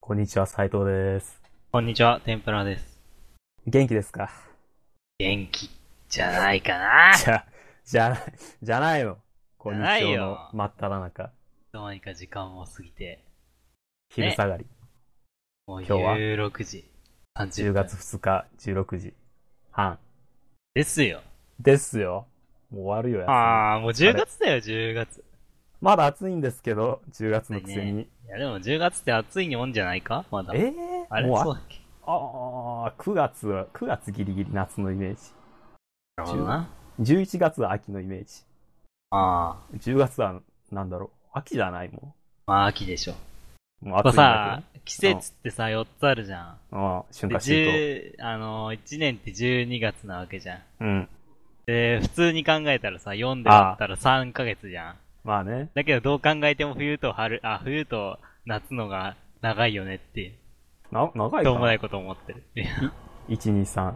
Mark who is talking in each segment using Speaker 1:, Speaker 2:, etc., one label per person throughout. Speaker 1: こんにちは、斉藤です。
Speaker 2: こんにちは、天ぷらです。
Speaker 1: 元気ですか
Speaker 2: 元気じゃないかな
Speaker 1: じゃ、じゃない、じゃないの。こんにち
Speaker 2: じゃない
Speaker 1: は
Speaker 2: よ
Speaker 1: の真っ只中、
Speaker 2: どうにか時間も過ぎて、
Speaker 1: 昼下がり、
Speaker 2: もう
Speaker 1: 今日は
Speaker 2: 16時30
Speaker 1: 10
Speaker 2: 分。
Speaker 1: 月2日、16時半。
Speaker 2: ですよ。
Speaker 1: ですよ。もう終わるよ、や
Speaker 2: あー、もう
Speaker 1: れ
Speaker 2: 10月だよ、10月。
Speaker 1: まだ暑いんですけど、10月のくせに。
Speaker 2: いや、でも10月って暑いにもんじゃないかまだ。
Speaker 1: ええ
Speaker 2: あれ
Speaker 1: もう
Speaker 2: そうだっけ
Speaker 1: ああー、9月、9月ギリギリ夏のイメー
Speaker 2: なるほどな。
Speaker 1: ジ。11月は秋のイメージ。
Speaker 2: あ
Speaker 1: 10月は、なんだろう、秋じゃないも
Speaker 2: ー、まあ秋でしょ。
Speaker 1: ん。もう暑い
Speaker 2: まあ
Speaker 1: んだ
Speaker 2: さ、季節ってさ、4つあるじゃん。
Speaker 1: けど。うん、
Speaker 2: で、
Speaker 1: 春夏秋
Speaker 2: 10、あのー、1年って12月なわけじゃん。
Speaker 1: 冬。うん。
Speaker 2: で、普通に考えたらさ、4で割ったら3ヶ月じゃん。
Speaker 1: まあね。
Speaker 2: だけどどう考えても冬と春、あ、冬と夏のが長いよねって、
Speaker 1: な、長い
Speaker 2: どうもな
Speaker 1: か
Speaker 2: いこと思ってる。いや、い
Speaker 1: 一二三。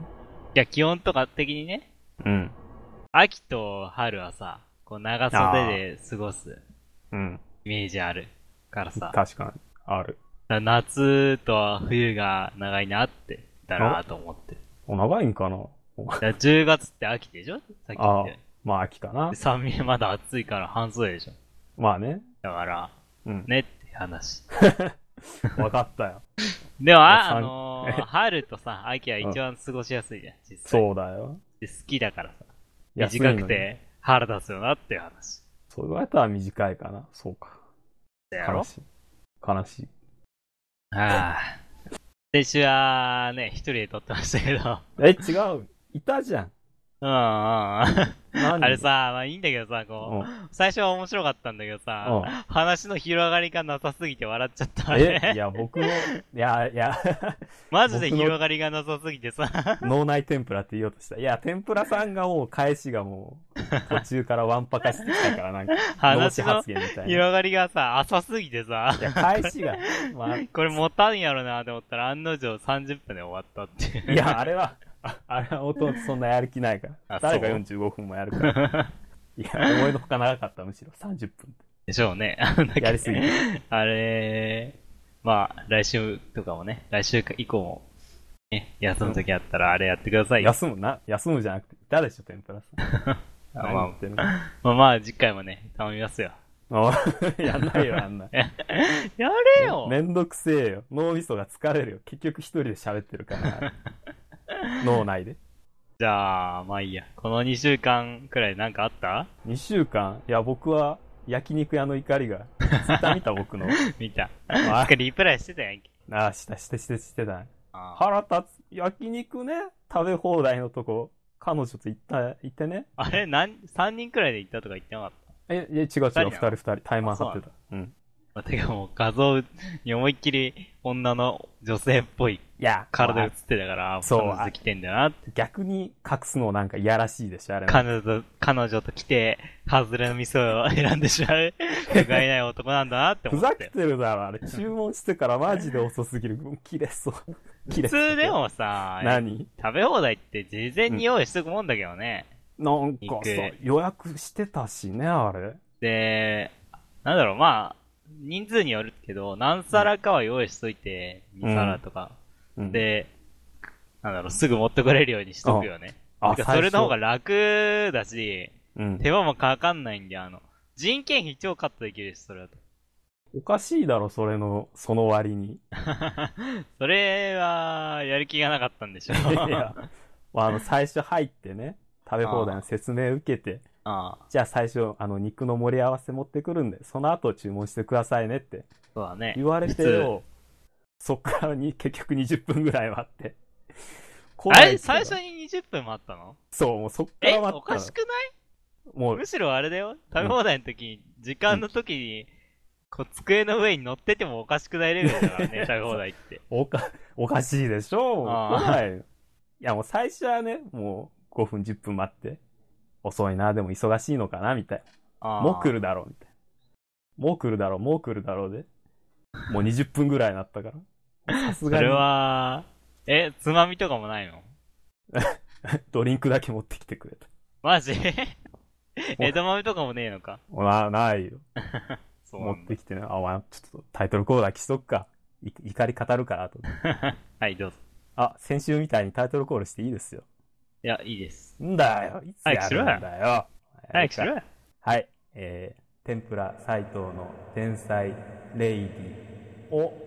Speaker 2: や気温とか的にね、
Speaker 1: うん。
Speaker 2: 秋と春はさ、こう長袖で過ごす
Speaker 1: うん。
Speaker 2: イメージあるからさ、
Speaker 1: 確かに。ある。
Speaker 2: だ夏と冬が長いなって、だなと思ってる。
Speaker 1: お、長いんかな お
Speaker 2: だから10月って秋でしょさっき言
Speaker 1: あ
Speaker 2: っ
Speaker 1: あ
Speaker 2: たように。
Speaker 1: まあ、秋かな
Speaker 2: で。三味まだ暑いから半袖でしょ。
Speaker 1: まあね。
Speaker 2: だから、
Speaker 1: うん。
Speaker 2: ねって話。
Speaker 1: わかったよ。
Speaker 2: でも、
Speaker 1: いや
Speaker 2: あ、
Speaker 1: 三
Speaker 2: あのー春とさ、秋は一番過ごしやすいじゃん、実際。
Speaker 1: そうだよ。
Speaker 2: で好きだからさ。
Speaker 1: 安いの
Speaker 2: 短
Speaker 1: に
Speaker 2: く。て腹立つよなっていう話。
Speaker 1: そう言われたら短いかな。そうか。
Speaker 2: だよ
Speaker 1: 悲しい。悲しい。
Speaker 2: ああ。先週はね、一人で撮ってましたけど。
Speaker 1: え、違う。いたじゃん。
Speaker 2: うんうんうん。あ
Speaker 1: 何
Speaker 2: れさ、まあいいんだけどさ、
Speaker 1: う
Speaker 2: こう、
Speaker 1: ん。
Speaker 2: 最初は面白かったんだけど
Speaker 1: うん
Speaker 2: さ、話の広がりがなさすぎて笑っちゃった
Speaker 1: え、い
Speaker 2: ね。
Speaker 1: や、僕の、いや、いや、
Speaker 2: マジで
Speaker 1: 僕の
Speaker 2: 広がりがなさすぎてさ。
Speaker 1: 脳内天ぷらって言おうとした。いや、天ぷらさんがもう返しがもう、途中からワンパカしてきたから、なんか、同
Speaker 2: 話
Speaker 1: 志
Speaker 2: の
Speaker 1: 発言みたいな。い
Speaker 2: 広がりがさ、浅すぎてさ。
Speaker 1: や、返しが、まあ、
Speaker 2: これ持たんやろなと思ったら案の定30分で終わったっていう。
Speaker 1: いや、あれは、ああれは弟そんなやる気ないから。
Speaker 2: あ
Speaker 1: 誰が
Speaker 2: そう
Speaker 1: 45分もやるから。 いや、思いのほか長かった、むしろ。30分って。
Speaker 2: でしょうね。 あんだけ
Speaker 1: やりすぎて
Speaker 2: あれ、まあ、来週とかもね、来週以降も、ね、休むときあったらあれやってくださいよ。
Speaker 1: 休むな、休むじゃなくて、いたでしょ、天ぷらさん。
Speaker 2: あ
Speaker 1: 何言ってんの
Speaker 2: まあまあ、次回もね、頼みますよ。
Speaker 1: お いやんないよ、あん な。
Speaker 2: やれよ
Speaker 1: めんどくせえよ。脳みそが疲れるよ。結局一人で喋ってる から。脳内で。
Speaker 2: じゃあ、まあいいや。この2週間くらいなんかあった
Speaker 1: 2週間、いや、僕は焼肉屋の怒りが、ツイッター見た僕 の。
Speaker 2: 見た。
Speaker 1: あ
Speaker 2: なんかリプライしてたやんけ。
Speaker 1: ああ、した、して、して、してた。
Speaker 2: あ
Speaker 1: 腹立つ。焼肉ね、食べ放題のとこ、彼女と行った、行ってね。
Speaker 2: あれ、なん、3人くらいで行ったとか言ってなかっ
Speaker 1: え、いや違う違う、
Speaker 2: なの
Speaker 1: 二人二人、タイマー張ってた。うん。
Speaker 2: た。まあ、てかもう画像に思いっきり女の女性っぽい
Speaker 1: いや、
Speaker 2: 体
Speaker 1: ま
Speaker 2: 映
Speaker 1: あ
Speaker 2: ってたから、あ
Speaker 1: そう
Speaker 2: 彼女と来てんだなって。
Speaker 1: 逆に隠すのなんかいやらしいでしょ、あれ。
Speaker 2: 彼女と、彼女と来て、ハズレの店を選んでしま う、不甲斐ない男なんだなって
Speaker 1: ふ
Speaker 2: 思っ
Speaker 1: ざ
Speaker 2: て
Speaker 1: け。てるだろ、あ れ。注文してからマジで遅すぎる。もう切れそう。切れ
Speaker 2: 普
Speaker 1: そう。
Speaker 2: 通でもさ、
Speaker 1: 何
Speaker 2: 食べ放題って事前に用意しとくもんだけどね。
Speaker 1: なんかさ
Speaker 2: 肉、
Speaker 1: 予約してたしね、あれ。
Speaker 2: で、なんだろう、まあ、人数によるけど、何皿かは用意しといて、
Speaker 1: ん
Speaker 2: 2皿とか。
Speaker 1: うん、
Speaker 2: で、なんだろう、すぐ持ってこれるようにしとくよね。
Speaker 1: あ
Speaker 2: なんか
Speaker 1: 最初
Speaker 2: それの方が楽だし、
Speaker 1: うん、
Speaker 2: 手間もかかんないんで、あの、人件費超カットできるし、それだと。
Speaker 1: おかしいだろ、それの、その割 に。
Speaker 2: それは、やる気がなかったんでしょ。
Speaker 1: い や、まあ、あの、最初入ってね、食べ放題の説明受けて、
Speaker 2: ああ、
Speaker 1: じゃあ最初、あの、肉の盛り合わせ持ってくるんで、その後注文してくださいねって
Speaker 2: そうだね
Speaker 1: 言。われてよ、そっからに結局20分ぐらい待って。来
Speaker 2: あ
Speaker 1: ない
Speaker 2: れ
Speaker 1: から
Speaker 2: 最初に20分待ったの
Speaker 1: そう、もうそっか
Speaker 2: え
Speaker 1: ら待
Speaker 2: お
Speaker 1: った
Speaker 2: か
Speaker 1: の
Speaker 2: しくない
Speaker 1: もう
Speaker 2: む、しろあれだよ。食べ放題の時に、時間の時に、こう、机の上に乗っててもおかしくないレベルだか らね、食べ放題って。
Speaker 1: おか、 おかしいでしょ
Speaker 2: あー
Speaker 1: 来ない。いや、もう最初はね、もう5分10分待って、遅いな、でも忙しいのかな、みたいな。もう来
Speaker 2: る。
Speaker 1: るだろう、みたいな。もう来るだろう、もう来るだろうで。もう20分ぐらいになったから。さす
Speaker 2: そ
Speaker 1: がに
Speaker 2: れは、え、つまみとかもないの
Speaker 1: ドリンクだけ持ってきてくれた。
Speaker 2: マジ枝豆とかもねえのか
Speaker 1: な、ないよ。
Speaker 2: そうな
Speaker 1: 持
Speaker 2: ん
Speaker 1: っ
Speaker 2: だ
Speaker 1: てきてね。あ、まあ、ちょっとタイトルコールだけしとくか。い怒り語るからと。
Speaker 2: はい、どうぞ。
Speaker 1: あ、先週みたいにタイトルコールしていいですよ。
Speaker 2: いや、いいです。
Speaker 1: んだよ、いつやるんだよ。
Speaker 2: 早くしろよ。
Speaker 1: はい、えー、天ぷら斎藤の天才レイディを。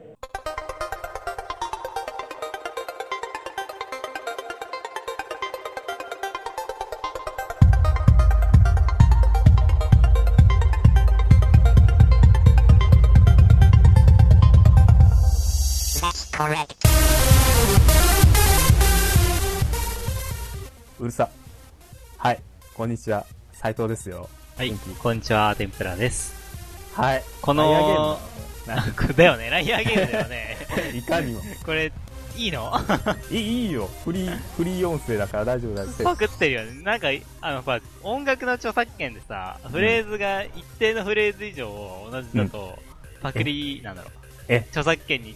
Speaker 3: That's correct.
Speaker 1: うるさ。はい、こんにちは。斎藤ですよ。
Speaker 2: はい
Speaker 1: 元気、
Speaker 2: こんにちは、天ぷらです。
Speaker 1: はい。
Speaker 2: こ
Speaker 1: ライアーゲーム
Speaker 2: の
Speaker 1: だ、
Speaker 2: だよね、ライアーゲームだよ ね。
Speaker 1: いかにも。
Speaker 2: これ、いいの
Speaker 1: いいいいよ。フリー、フリー音声だから大丈夫だって。
Speaker 2: パクってるよね。なんか、あの、ほら、音楽の著作権でさ、フレーズが、一定のフレーズ以上同じだと、パクリ、なんだろう。
Speaker 1: え
Speaker 2: 著作権に引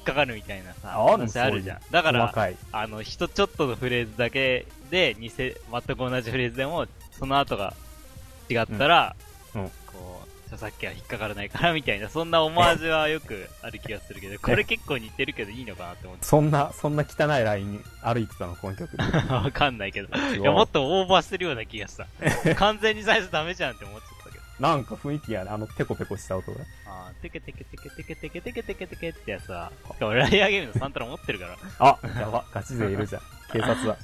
Speaker 2: っかかるみたいなさ、
Speaker 1: ある
Speaker 2: 話あるじゃん
Speaker 1: そ。
Speaker 2: だから
Speaker 1: 細、かい。
Speaker 2: あの、人ちょっとのフレーズだけで、偽、全く同じフレーズでも、その後が違ったら、
Speaker 1: うんうん
Speaker 2: こう、著作権は引っかからないからみたいな、そんな思わずはよくある気がするけど、これ結構似てるけどいいのかなって思っ
Speaker 1: そんな、そんな汚いラインに歩いてたの、この 曲。
Speaker 2: て。わかんないけど。いや、もっとオーバーしてるような気がした。完全に最初ダメじゃんって思っちゃったけど。
Speaker 1: なんか雰囲気がね、あの、ペコペコした音が。
Speaker 2: あー、テケテケテケテケテケテケテケテケってやつは、しかもライアーゲームのサントラ持ってるから。
Speaker 1: あ、やば、ガチ勢いるじゃん。警察だ。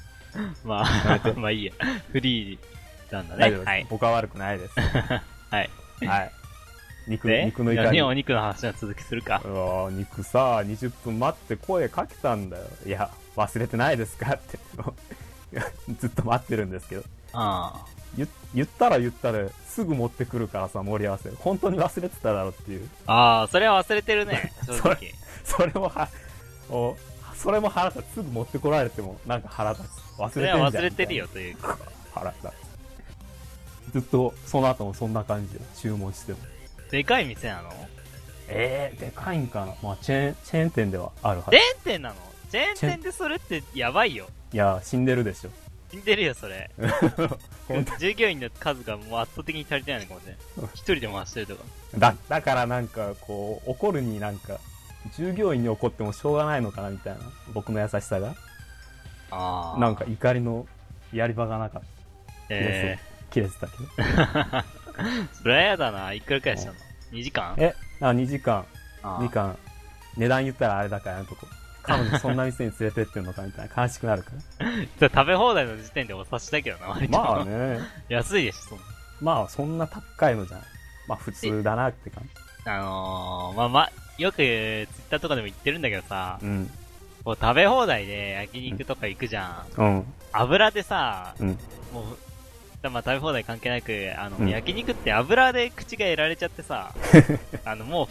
Speaker 2: ま
Speaker 1: やめ
Speaker 2: あ
Speaker 1: て、
Speaker 2: まあいいや。フリーなんだ
Speaker 1: 大
Speaker 2: ね
Speaker 1: 丈夫。です、
Speaker 2: はい。
Speaker 1: 僕は悪く ないです。
Speaker 2: はい。
Speaker 1: はい。肉、
Speaker 2: で、
Speaker 1: 肉の怒
Speaker 2: 何
Speaker 1: り。
Speaker 2: お
Speaker 1: う
Speaker 2: 肉の話の続きするか。
Speaker 1: わー肉さ、20分待って声かけたんだよ。いや、忘れてないですかって。 ずっと待ってるんですけど。
Speaker 2: あ
Speaker 1: 言言ったら言ったら、すぐ持ってくるからさ、盛り合わせ。本当に忘れてただろうっていう。
Speaker 2: あ。ああ、それは忘れてるね、
Speaker 1: そ
Speaker 2: 正直
Speaker 1: れ。それもは、おそれも腹立つ。すぐ持ってこられても、なんか腹立つ。忘れて
Speaker 2: そ
Speaker 1: ん
Speaker 2: れ
Speaker 1: じゃん
Speaker 2: は忘れてるよというか。
Speaker 1: 腹立つ。ずっと、その後もそんな感じで注文しても。
Speaker 2: でかい店なの
Speaker 1: えー、でかいんかなまあ、チェーン、チェーン店ではあるは
Speaker 2: チェ
Speaker 1: ず。
Speaker 2: ーン店なのチェーン店でそれってやばいよ。
Speaker 1: いやー、死んでるでしょ。
Speaker 2: 死んでるよ、それ。
Speaker 1: 本当
Speaker 2: 従業員の数がもう圧倒的に足りてないのかもしれない。一人で回してるとか。
Speaker 1: だ、だからなんか、こう、怒るになんか、従業員に怒ってもしょうがないのかなみたいな。僕の優しさが。
Speaker 2: あ
Speaker 1: なんか、怒りのやり場がなかった。
Speaker 2: え
Speaker 1: 切れてたけど。
Speaker 2: えー。それはやだな。いくらくらいしたの ?2 時間
Speaker 1: え、あ、2時間、
Speaker 2: あ
Speaker 1: み
Speaker 2: ー
Speaker 1: かん、値段言ったらあれだからやめとこう。彼女そんな店に連れてってんのかみたいな悲しくなるから。
Speaker 2: それ食べ放題の時点でお察しだけどな、割と。
Speaker 1: まあ。ね、
Speaker 2: 安いでしょ、そんな。
Speaker 1: まあそんな高いのじゃない。まあ普通だなって感じ。
Speaker 2: あのー、まあまあ、よく、ツイッターとかでも言ってるんだけどさ、
Speaker 1: うん。
Speaker 2: こう食べ放題で焼肉とか行くじゃん。
Speaker 1: うん。
Speaker 2: 油でさ、
Speaker 1: うん。
Speaker 2: もう、まあ食べ放題関係なく、あの、
Speaker 1: うん
Speaker 2: 焼肉って油で口が得られちゃって さ、あの、もう、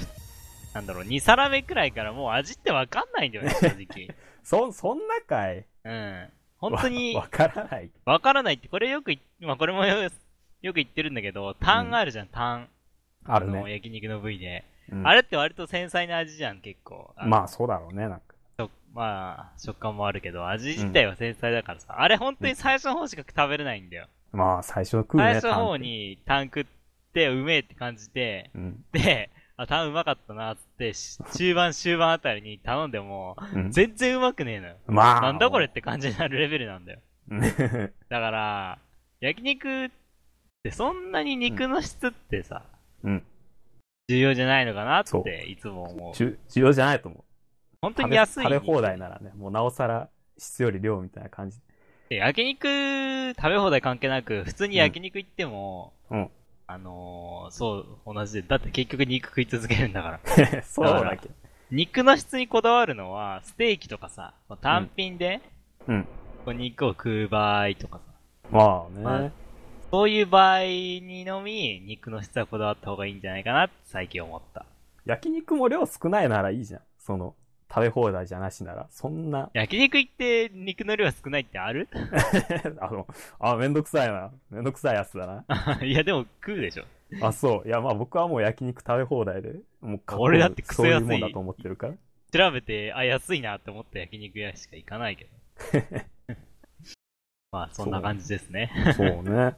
Speaker 2: なんだろう、2皿目くらいからもう味ってわかんないんだよね、正 直。
Speaker 1: そ、そんなかい
Speaker 2: うん。本当に
Speaker 1: わ、わからない。
Speaker 2: わからないって、これよくい、まあこれもよよく言ってるんだけど、ターンがあるじゃん、ターン。
Speaker 1: ある
Speaker 2: の
Speaker 1: ね。
Speaker 2: 焼肉の部位で。
Speaker 1: うん
Speaker 2: あれって割と繊細な味じゃん、結構。あの
Speaker 1: まあそうだろうね、なんか。
Speaker 2: 食まあ、食感もあるけど、味自体は繊細だからさ、あれ本当に最初の方しか食べれないんだよ。
Speaker 1: まあ最初は食うね。
Speaker 2: 最初の方
Speaker 1: タン
Speaker 2: にタン食って、うめえって感じて、
Speaker 1: ク。うん。
Speaker 2: で、 あ、タンうまかったなっつって、し中盤終盤あたりに頼んでも、
Speaker 1: うん
Speaker 2: 全然うまくねえのよ。
Speaker 1: まあ。
Speaker 2: なんだこれっ。て感じになるレベルなんだよ。だから、焼肉ってそんなに肉の質ってさ、
Speaker 1: うん。
Speaker 2: 重要じゃないのかなっ
Speaker 1: そ
Speaker 2: ていつも思う。
Speaker 1: 重重要じゃないと思う。
Speaker 2: 本当
Speaker 1: 食
Speaker 2: に
Speaker 1: べ
Speaker 2: 安い。
Speaker 1: 食べ放題ならね、もうなおさら質より量みたいな感じ。
Speaker 2: で焼肉食べ放題関係なく、普通に焼肉行っても、
Speaker 1: うん。
Speaker 2: あのー、そう、同じで。だって結局肉食い続けるんだから。
Speaker 1: そうだけど。
Speaker 2: 肉の質にこだわるのは、ステーキとかさ、単品で、
Speaker 1: うん。
Speaker 2: こう肉を食う場合とかさ、
Speaker 1: まあね。
Speaker 2: まあそういう場合にのみ、肉の質はこだわった方がいいんじゃないかなって最近思った。
Speaker 1: 焼肉も量少ないならいいじゃん。その、食べ放題じゃなしなら。そんな、
Speaker 2: 焼肉行って肉の量少ないってある
Speaker 1: あの、あ、めんどくさいな。めんどくさいやつだな。
Speaker 2: いやでも食うでしょ。
Speaker 1: あ、そう。いや、まあ僕はもう焼肉食べ放題で、もう過去
Speaker 2: 俺だってクソ安い
Speaker 1: そういうもんだと思ってるから。
Speaker 2: 調べて、あ、安いなって思った焼肉屋しか行かないけど。まあ、そんな感じですね。
Speaker 1: そう ね。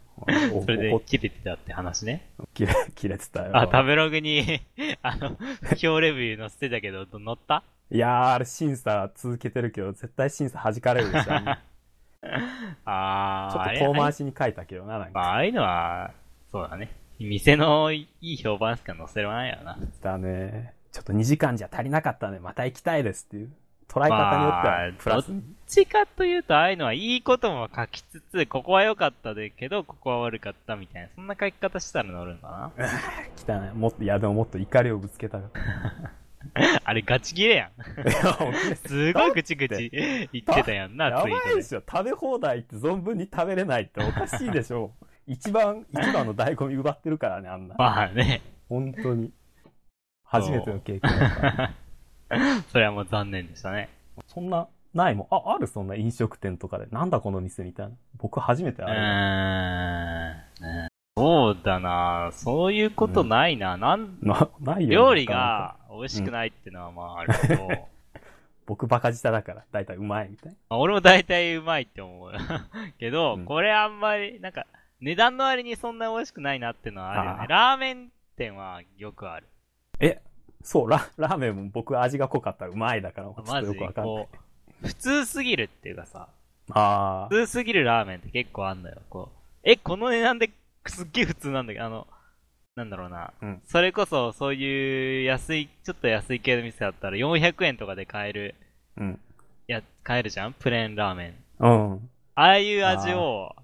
Speaker 1: おお
Speaker 2: それ
Speaker 1: お
Speaker 2: で、切れてたって話ね。
Speaker 1: 切れ、切れてたよ。
Speaker 2: あ、食べログに、 あの、不評レビュー載せてたけど、ど載った
Speaker 1: いやー、あれ審査続けてるけど、絶対審査弾かれるでしょ。ちょっ
Speaker 2: あー、あれ
Speaker 1: と遠回しに書いたけどな、なんか。
Speaker 2: まあ、ああいうのは、そうだね。店のいい評判しか載せられないよな。
Speaker 1: だね。ちょっと2時間じゃ足りなかったね。また行きたいですっていう。捉え方によって
Speaker 2: まあ
Speaker 1: は、プラス
Speaker 2: どっちかというと、ああいうのはいいことも書きつつ、ここは良かったでけど、ここは悪かったみたいな、そんな書き方したら載るんかな。
Speaker 1: 汚い。もっと、いや、でももっと怒りをぶつけたよ。
Speaker 2: あれガチ切れやん。
Speaker 1: いや、本当です
Speaker 2: すごいぐちぐち言ってたやん
Speaker 1: や
Speaker 2: な、
Speaker 1: ば
Speaker 2: ツイ
Speaker 1: いで
Speaker 2: ート
Speaker 1: しょ。食べ放題って存分に食べれないっておかしいでし ょ。一番、一番の醍醐味奪ってるからね、あんな。
Speaker 2: まあね、
Speaker 1: 本当に。初めての経験だから。
Speaker 2: それはもう残念でしたね。
Speaker 1: そんな、ないもん。あ、あるそんな飲食店とかで。なんだこの店みたいな。僕初めて
Speaker 2: う
Speaker 1: ある。
Speaker 2: ーん。そうだなそういうことないな。なん
Speaker 1: な、ないよ。
Speaker 2: 料理
Speaker 1: なかなか。
Speaker 2: が美味しくないってのはまああるけど、
Speaker 1: 僕バカ舌だから、だいたいうまいみたいな。
Speaker 2: まあ俺も大体うまいって思う。 けど、
Speaker 1: うん
Speaker 2: これあんまり、なんか、値段の割にそんな美味しくないなってのはあるよ
Speaker 1: あ
Speaker 2: ね
Speaker 1: ー。
Speaker 2: ラーメン店はよくある。
Speaker 1: そう、ララーメンも僕味が濃かったらうまいだから、ちょっと
Speaker 2: マジ
Speaker 1: よ
Speaker 2: で
Speaker 1: くわかんない。
Speaker 2: こう、普通すぎるっていうかさ、
Speaker 1: あ
Speaker 2: 普通すぎるラーメンって結構あんのよ。こう、え、この値段ですっげえ普通なんだけど、あの、なんだろうな。
Speaker 1: うん
Speaker 2: それこそ、そういう安い、ちょっと安い系の店だったら400円とかで買える、
Speaker 1: あ、うん。
Speaker 2: いや、買えるじゃんプレーンラーメン。
Speaker 1: うん。
Speaker 2: ああいう味を、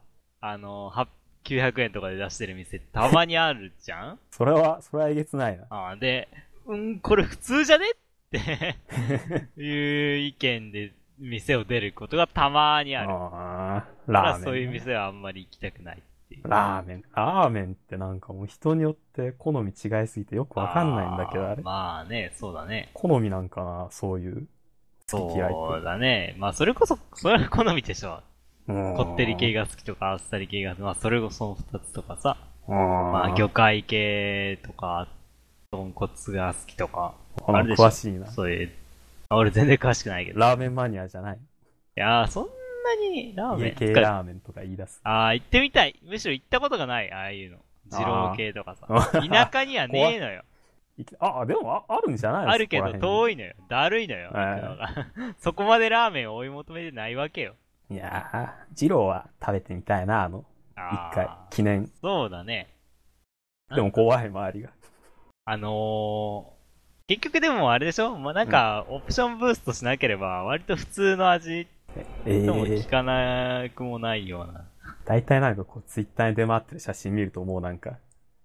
Speaker 2: あの、は900円とかで出してる店たまにあるじゃん
Speaker 1: それは、それはえげつないな。
Speaker 2: あーで、うん、これ普通じゃねって いう意見で店を出ることがたまにある。
Speaker 1: ああ、
Speaker 2: だか
Speaker 1: ラ
Speaker 2: ら
Speaker 1: ーメン。
Speaker 2: そういう店はあんまり行きたくないっていう。
Speaker 1: ラーメン。ラーメンってなんかもう人によって好み違いすぎてよくわかんないんだけど、
Speaker 2: あー
Speaker 1: あれ。
Speaker 2: まあね、そうだね。
Speaker 1: 好みなんかな、そういう。好き嫌いって
Speaker 2: そうだね。まあそれこそ、それは好みでしょ。
Speaker 1: うん
Speaker 2: こってり系が好きとかあっさり系が、まあそれこそその二つとかさ。ま
Speaker 1: ま
Speaker 2: あ、魚介系とか、豚骨が好きとか、あれでしょ
Speaker 1: 詳しいな。
Speaker 2: そういう、あ俺全然詳しくないけど。い
Speaker 1: ラーメンマニアじゃない。
Speaker 2: やー、そんなにラーメ
Speaker 1: 家
Speaker 2: ン
Speaker 1: 系ラーメンとか言い出す。
Speaker 2: あー、行ってみたい。むしろ行ったことがない、ああいうの。二郎系とかさ。
Speaker 1: あー
Speaker 2: 田舎にはね えのよ。
Speaker 1: いきあ、でもああるんじゃない
Speaker 2: あるけど
Speaker 1: い。
Speaker 2: 遠いのよ。だるいのよ。
Speaker 1: はい
Speaker 2: 行くのが そこまでラーメンを追い求めてないわけよ。
Speaker 1: いやー、ジローは食べてみたいな、あの、
Speaker 2: あ
Speaker 1: 一
Speaker 2: ー
Speaker 1: 回、記念。
Speaker 2: そうだね。
Speaker 1: でも怖い、周りが。
Speaker 2: あのー、結局でもあれでしょまあ、なんか、オプションブーストしなければ、割と普通の味
Speaker 1: ええ
Speaker 2: でも聞
Speaker 1: ー、
Speaker 2: かなくもないような。
Speaker 1: 大体なんかこう、ツイッターに出回ってる写真見るともうなんか、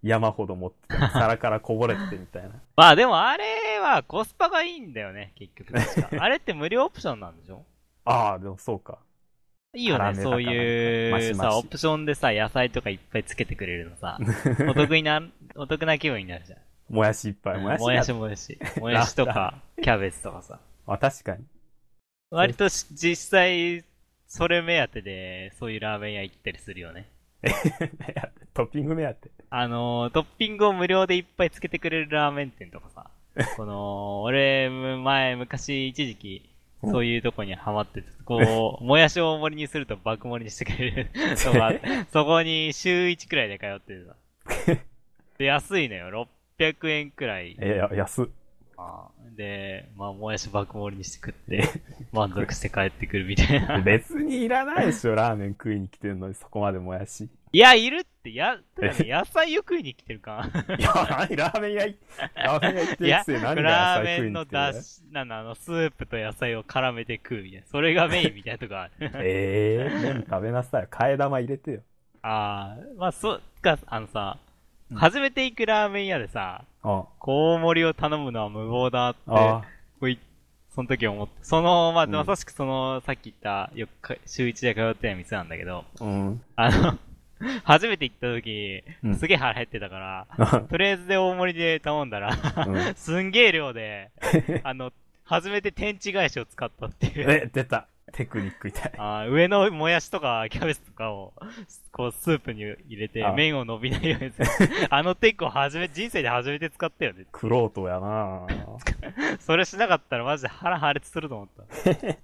Speaker 1: 山ほど持 ってて、皿からこぼれててみたいな。
Speaker 2: まあでもあれはコスパがいいんだよね、結局確 か。あれって無料オプションなんでしょ
Speaker 1: ああ、でもそうか。
Speaker 2: いいよ
Speaker 1: 辛
Speaker 2: ね、
Speaker 1: めだから
Speaker 2: そういう
Speaker 1: マシマシ
Speaker 2: さ、オプションでさ、野菜とかいっぱいつけてくれるの さ、お得にな、お得な気分になるじゃん。
Speaker 1: もやしいっぱい、もやし
Speaker 2: もやし
Speaker 1: も。
Speaker 2: もやし。もやしとか、キャベツとかさ。
Speaker 1: あ、確かに。
Speaker 2: 割とし実際、それ目当てで、そういうラーメン屋行ったりするよね。
Speaker 1: トッピング目当て。
Speaker 2: あのー、トッピングを無料でいっぱいつけてくれるラーメン店とか さ。この、俺、前、昔、一時期、
Speaker 1: うん
Speaker 2: そういうとこにハマってて、こう、も やしを大盛りにすると爆盛りにしてく れるとか、そこに週1くらいで通って た。で、安いのよ。600円くらい。
Speaker 1: えや、安っ。
Speaker 2: まあで、まあ、もやし爆盛りにして食 って、満足して帰ってくるみたいな。
Speaker 1: 別にいらないでしょ、ラーメン食いに来てるのに、そこまでもやし。
Speaker 2: いや、いるって、や、ただね野菜を食いに来てるか。
Speaker 1: いや、何ラーメン屋行って、ラーメン屋行って
Speaker 2: い
Speaker 1: る
Speaker 2: や
Speaker 1: く、せに何が
Speaker 2: ラー
Speaker 1: 野菜
Speaker 2: メ
Speaker 1: 食い
Speaker 2: ン
Speaker 1: に
Speaker 2: の
Speaker 1: 来てる
Speaker 2: だし、なんだ、あの、スープと野菜を絡めて食うみたいな。それがメインみたいなとこある。
Speaker 1: ええー、食べなさい。替え玉入れてよ。
Speaker 2: ああ、まあ、そうか、あのさ、初めて行くラーメン屋でさ、
Speaker 1: あ
Speaker 2: 大盛りを頼むのは無謀だって、
Speaker 1: あ。
Speaker 2: こいその時思って、その、まあ、
Speaker 1: うん
Speaker 2: まさしくその、さっき言った、よくか、週一で通ってた店なんだけど、
Speaker 1: うん。
Speaker 2: あの、初めて行った時
Speaker 1: うん、
Speaker 2: すげえ腹減ってたから、
Speaker 1: うん
Speaker 2: とりあえずで大盛りで頼んだら、 すんげえ量で、 あの、初めて天地返しを使ったっていう。
Speaker 1: え、出た。テクニックみたい。
Speaker 2: あー上のもやしとかキャベツとかを、こう、スープに入れて
Speaker 1: あ、
Speaker 2: 麺を伸びないようにする。 あのテックを初め、人生で初めて使ったよね。
Speaker 1: クロートやな
Speaker 2: それしなかったらマジで腹破裂すると思った。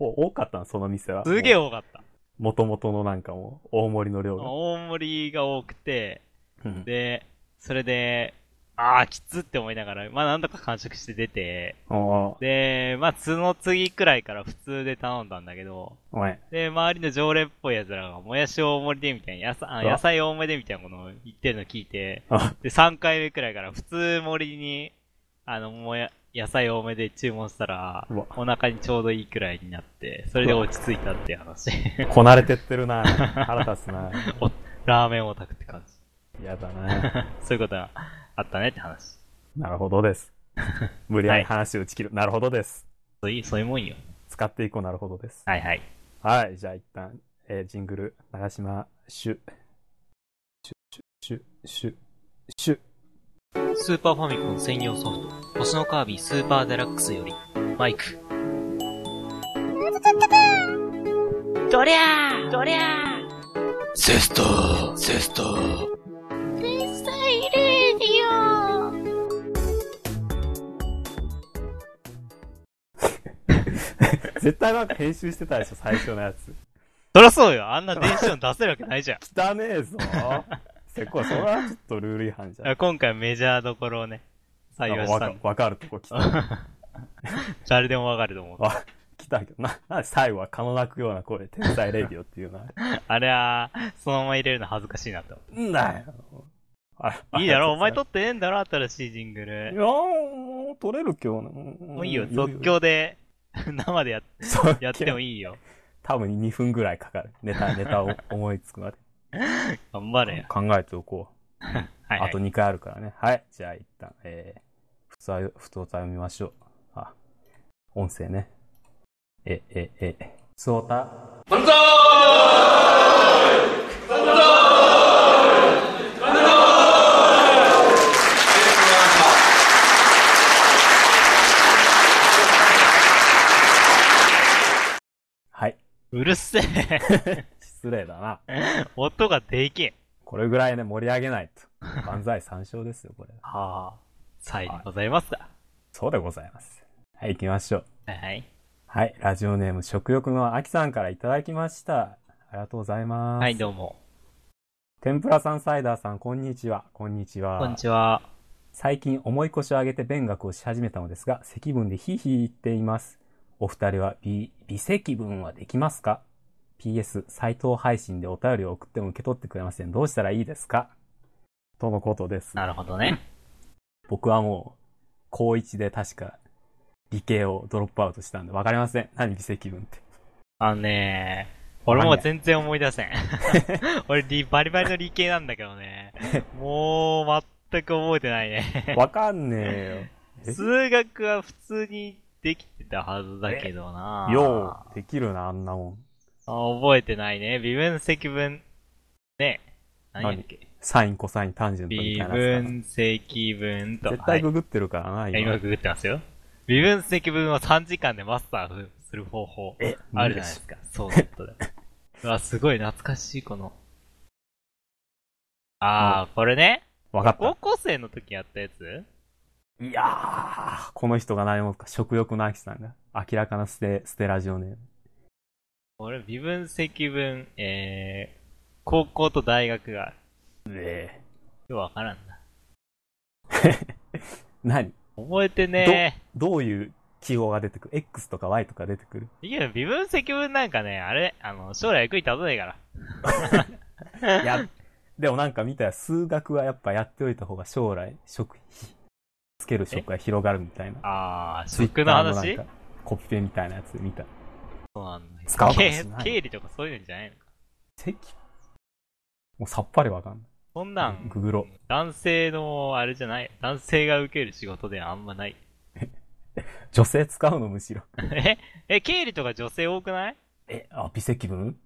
Speaker 1: お多かったな、その店は。
Speaker 2: すげえ
Speaker 1: え。
Speaker 2: 多かった。
Speaker 1: 元々のなんかもう、大盛りの量が。
Speaker 2: 大盛りが多くて、
Speaker 1: うん
Speaker 2: で、それで、ああ、きつって思いながら、まあなんとか完食して出て、
Speaker 1: おー
Speaker 2: で、まあ、その次くらいから普通で頼んだんだけど、
Speaker 1: おい。
Speaker 2: で、周りの常連っぽい奴らが、もやし大盛りでみたいな、やさあ
Speaker 1: うわ
Speaker 2: 野菜大盛りでみたいなものを言ってるの聞いて、
Speaker 1: あ、
Speaker 2: で、3回目くらいから普通盛りに、あの、もや、野菜多めで注文したら
Speaker 1: うわ、
Speaker 2: お腹にちょうどいいくらいになって、それで落ち着いたっていう話。
Speaker 1: こなれてってるな。腹立つな。
Speaker 2: お ラーメンオタクって感じ。
Speaker 1: やだな。
Speaker 2: そういうことがあったねって話。
Speaker 1: なるほどです。無理やり話を打ち切る。なるほどです。
Speaker 2: そういう、そういうもんよ。
Speaker 1: 使っていこう、なるほどです。
Speaker 2: はいはい。
Speaker 1: はい、じゃあ一旦、えージングル、長島、シュ、シュ、シュ、シュ、シュ、シュ。
Speaker 3: スーパーファミコン専用ソフト、星のカービィスーパーデラックスより、マイク。
Speaker 4: どりゃーどりゃー
Speaker 3: セストセスト
Speaker 4: 天才レーディオ
Speaker 1: 絶対なんか編集してたでしょ、最初のやつ。
Speaker 2: そりゃそうよ。あんな電子音出せるわけないじゃん。
Speaker 1: 汚ねえぞ。 せっこい、それはちょっとルール違反じゃん。
Speaker 2: 今回メジャーどころをね、採用した
Speaker 1: わか
Speaker 2: んで。
Speaker 1: わかるとこ来た。
Speaker 2: 誰でもわかると思う。
Speaker 1: わ来たけど、な、なんで最後は蚊の鳴くような声で、天才レディオっていうな。
Speaker 2: あれは、そのまま入れるの恥ずかしいなと思
Speaker 1: んだよ。あ
Speaker 2: う。いいだろ、お前撮ってねえんだろ、新しいジング
Speaker 1: い
Speaker 2: ル。
Speaker 1: やーもう取れる今日の。
Speaker 2: もういいよ、即興で、 生でややっても
Speaker 1: いい。
Speaker 2: いいよ。
Speaker 1: 多分2分ぐらいかかる。ネタ、ネタを思いつ くまで。
Speaker 2: 頑張れよ。
Speaker 1: 考えておこう。
Speaker 2: はい、は
Speaker 1: あと
Speaker 2: い。
Speaker 1: 2回あるからね。はい。じゃあ一旦、えー、普通は、普通歌を見ましょう。あ、音声ね。え、え、え、普通歌。はい。
Speaker 2: うる せえ。
Speaker 1: 失礼だな。
Speaker 2: 音がでけえ。
Speaker 1: これぐらいね、盛り上げないと。万歳三唱ですよ、これ。
Speaker 2: はあ。さいでございますか。
Speaker 1: そうでございます。はい、行きましょう。
Speaker 2: はいはい。
Speaker 1: はい、ラジオネーム食欲の秋さんからいただきました。ありがとうございます。
Speaker 2: はい、どうも。
Speaker 1: 天ぷらさん、サイダーさん、こんにちは。こんにちは。
Speaker 2: こんにちは。
Speaker 1: 最近、重い腰を上げて勉学をし始めたのですが、積分でヒーヒー言っています。お二人は微、微積分はできますか ?PS、サイト配信でお便りを送っても受け取ってくれません。どうしたらいいですかとのことです。
Speaker 2: なるほどね。
Speaker 1: 僕はもう、高1で確か、理系をドロップアウトしたんで、わかりません。何微積分って。
Speaker 2: あのね、俺もう全然思い出せん。 俺理、バリバリの理系なんだけど ね。もう、全く覚えてないね。
Speaker 1: わかんねえよ。
Speaker 2: 数学は普通にできてたはずだけどな
Speaker 1: よう、できるな、あんなもん。
Speaker 2: あ覚えてないね。微分積分。ね何やっけ
Speaker 1: サイン、コサイン、単純とみ
Speaker 2: 微
Speaker 1: たいなやつか
Speaker 2: 分積分と。
Speaker 1: な。絶対
Speaker 2: は
Speaker 1: ググってるからな、
Speaker 2: い、今ググってますよ。微分積分を3時間でマスターする方法。
Speaker 1: え
Speaker 2: あるじゃないですか。そうだっただ。 うわ、すごい懐かしい、この。あー、これね。
Speaker 1: わかった。
Speaker 2: 高校生の時やったやつ
Speaker 1: いやー、この人が何者か、食欲の秋さんが、明らかなステ、ステラジオネーム。
Speaker 2: 俺、微分積分、えー、高校と大学がある。
Speaker 1: え
Speaker 2: よくわからんな。
Speaker 1: 何
Speaker 2: 覚えてね
Speaker 1: どういう記号が出てくる ?X とか Y とか出てくる
Speaker 2: ー。いや、微分積分なんかね、あれ、あの、将来役に立たないから。
Speaker 1: い や、でもなんか見たら数学はやっぱやっておいた方が将来、食費、つける食が広がるみたいな。
Speaker 2: あー、
Speaker 1: Twitter
Speaker 2: 食の
Speaker 1: なん
Speaker 2: 話
Speaker 1: かコピペみたいなやつ見た。
Speaker 2: そうなんだ。
Speaker 1: 使うかもしれない
Speaker 2: 経経理とかそういうんじゃないのか。
Speaker 1: 積もうさっぱりわかんない。
Speaker 2: そんなん、
Speaker 1: ググろう。
Speaker 2: 男性の、あれじゃない。男性が受ける仕事ではあんまない。
Speaker 1: 女性使うのむしろ。
Speaker 2: ええ、経理とか女性多くないい
Speaker 1: え、あ、微積分